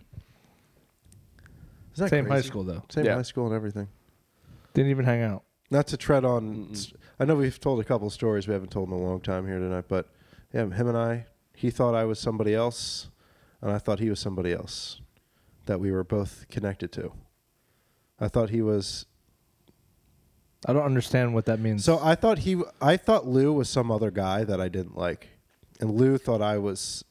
S1: Isn't that
S2: Same high
S1: crazy?
S2: school though.
S1: Same
S3: Yeah.
S1: high school and everything.
S2: Didn't even hang out.
S1: Not to tread on. s- I know we've told a couple stories we haven't told in a long time here tonight, but yeah, him and I. He thought I was somebody else, and I thought he was somebody else. that we were both connected to. I thought he was
S2: I don't understand what that means.
S1: so I thought he I thought Lou was some other guy that I didn't like. And Lou thought I was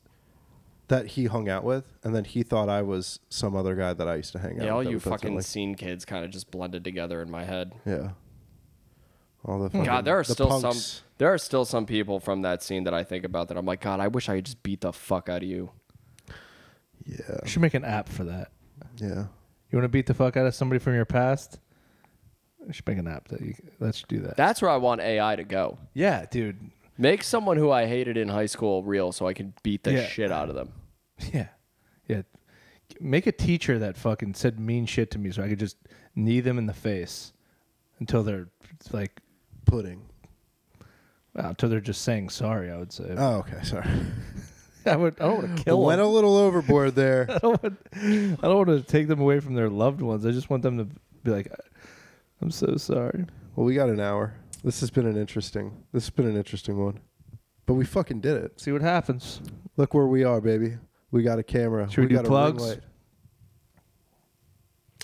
S1: that he hung out with and then he thought I was some other guy that I used to hang out
S3: Yeah, all
S1: with. that
S3: you
S1: we both didn't
S3: fucking
S1: like.
S3: scene kids kind of just blended together in my head.
S1: Yeah. All the fucking,
S3: God, there are
S1: the
S3: still
S1: punks.
S3: some there are still some people from that scene that I think about that I'm like, God, I wish I had just beat the fuck out of you.
S1: Yeah,
S2: you should make an app for that.
S1: yeah.
S2: You want to beat the fuck out of somebody from your past? You should make an app that you let's do that.
S3: That's where I want AI to go.
S2: yeah, dude.
S3: Make someone who I hated in high school real so I can beat the
S2: Yeah.
S3: shit out of them.
S2: Yeah. Yeah. Make a teacher that fucking said mean shit to me so I could just knee them in the face until they're like
S1: Pudding.
S2: well, until they're just saying sorry, I would say.
S1: Oh, okay. Sorry.
S2: I would I don't want to kill
S1: Went
S2: them.
S1: a little overboard there.
S2: I don't want I don't want to take them away from their loved ones. I just want them to be like I'm so sorry.
S1: Well, we got an hour. This has been an interesting. This has been an interesting one, but we fucking did it.
S2: See what happens.
S1: Look where we are, baby. We got a camera.
S2: Should we do
S1: got
S2: plugs?
S1: A ring light.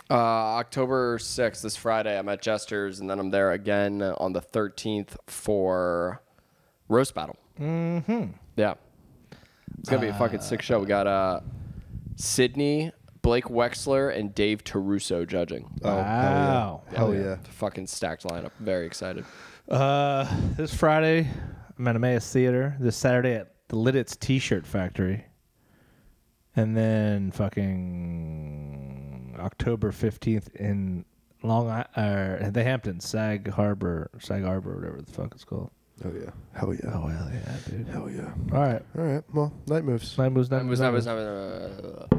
S3: Uh, October 6th, this Friday, I'm at Jester's, and then I'm there again on the 13th for Roast Battle. Mm-hmm. Yeah. It's going to be a fucking sick show. We got uh, Sydney, Blake Wexler, and Dave Taruso judging.
S1: Oh,
S2: wow.
S1: Hell yeah.
S3: Fucking stacked lineup. Very excited.
S2: Uh, this Friday, I'm at Emmaus Theater. This Saturday at the Lidditz T-shirt factory, and then fucking October 15th in Long I- or at the Hamptons, Sag Harbor, Sag Harbor, whatever the fuck it's called.
S1: Hell yeah. Hell yeah.
S2: Oh, hell yeah, dude!
S1: Hell yeah.
S2: All right,
S1: All right. Well, night moves.
S2: night moves, night
S3: That was-
S2: moves,
S3: that
S2: night
S3: was-
S2: moves.
S3: that was- uh,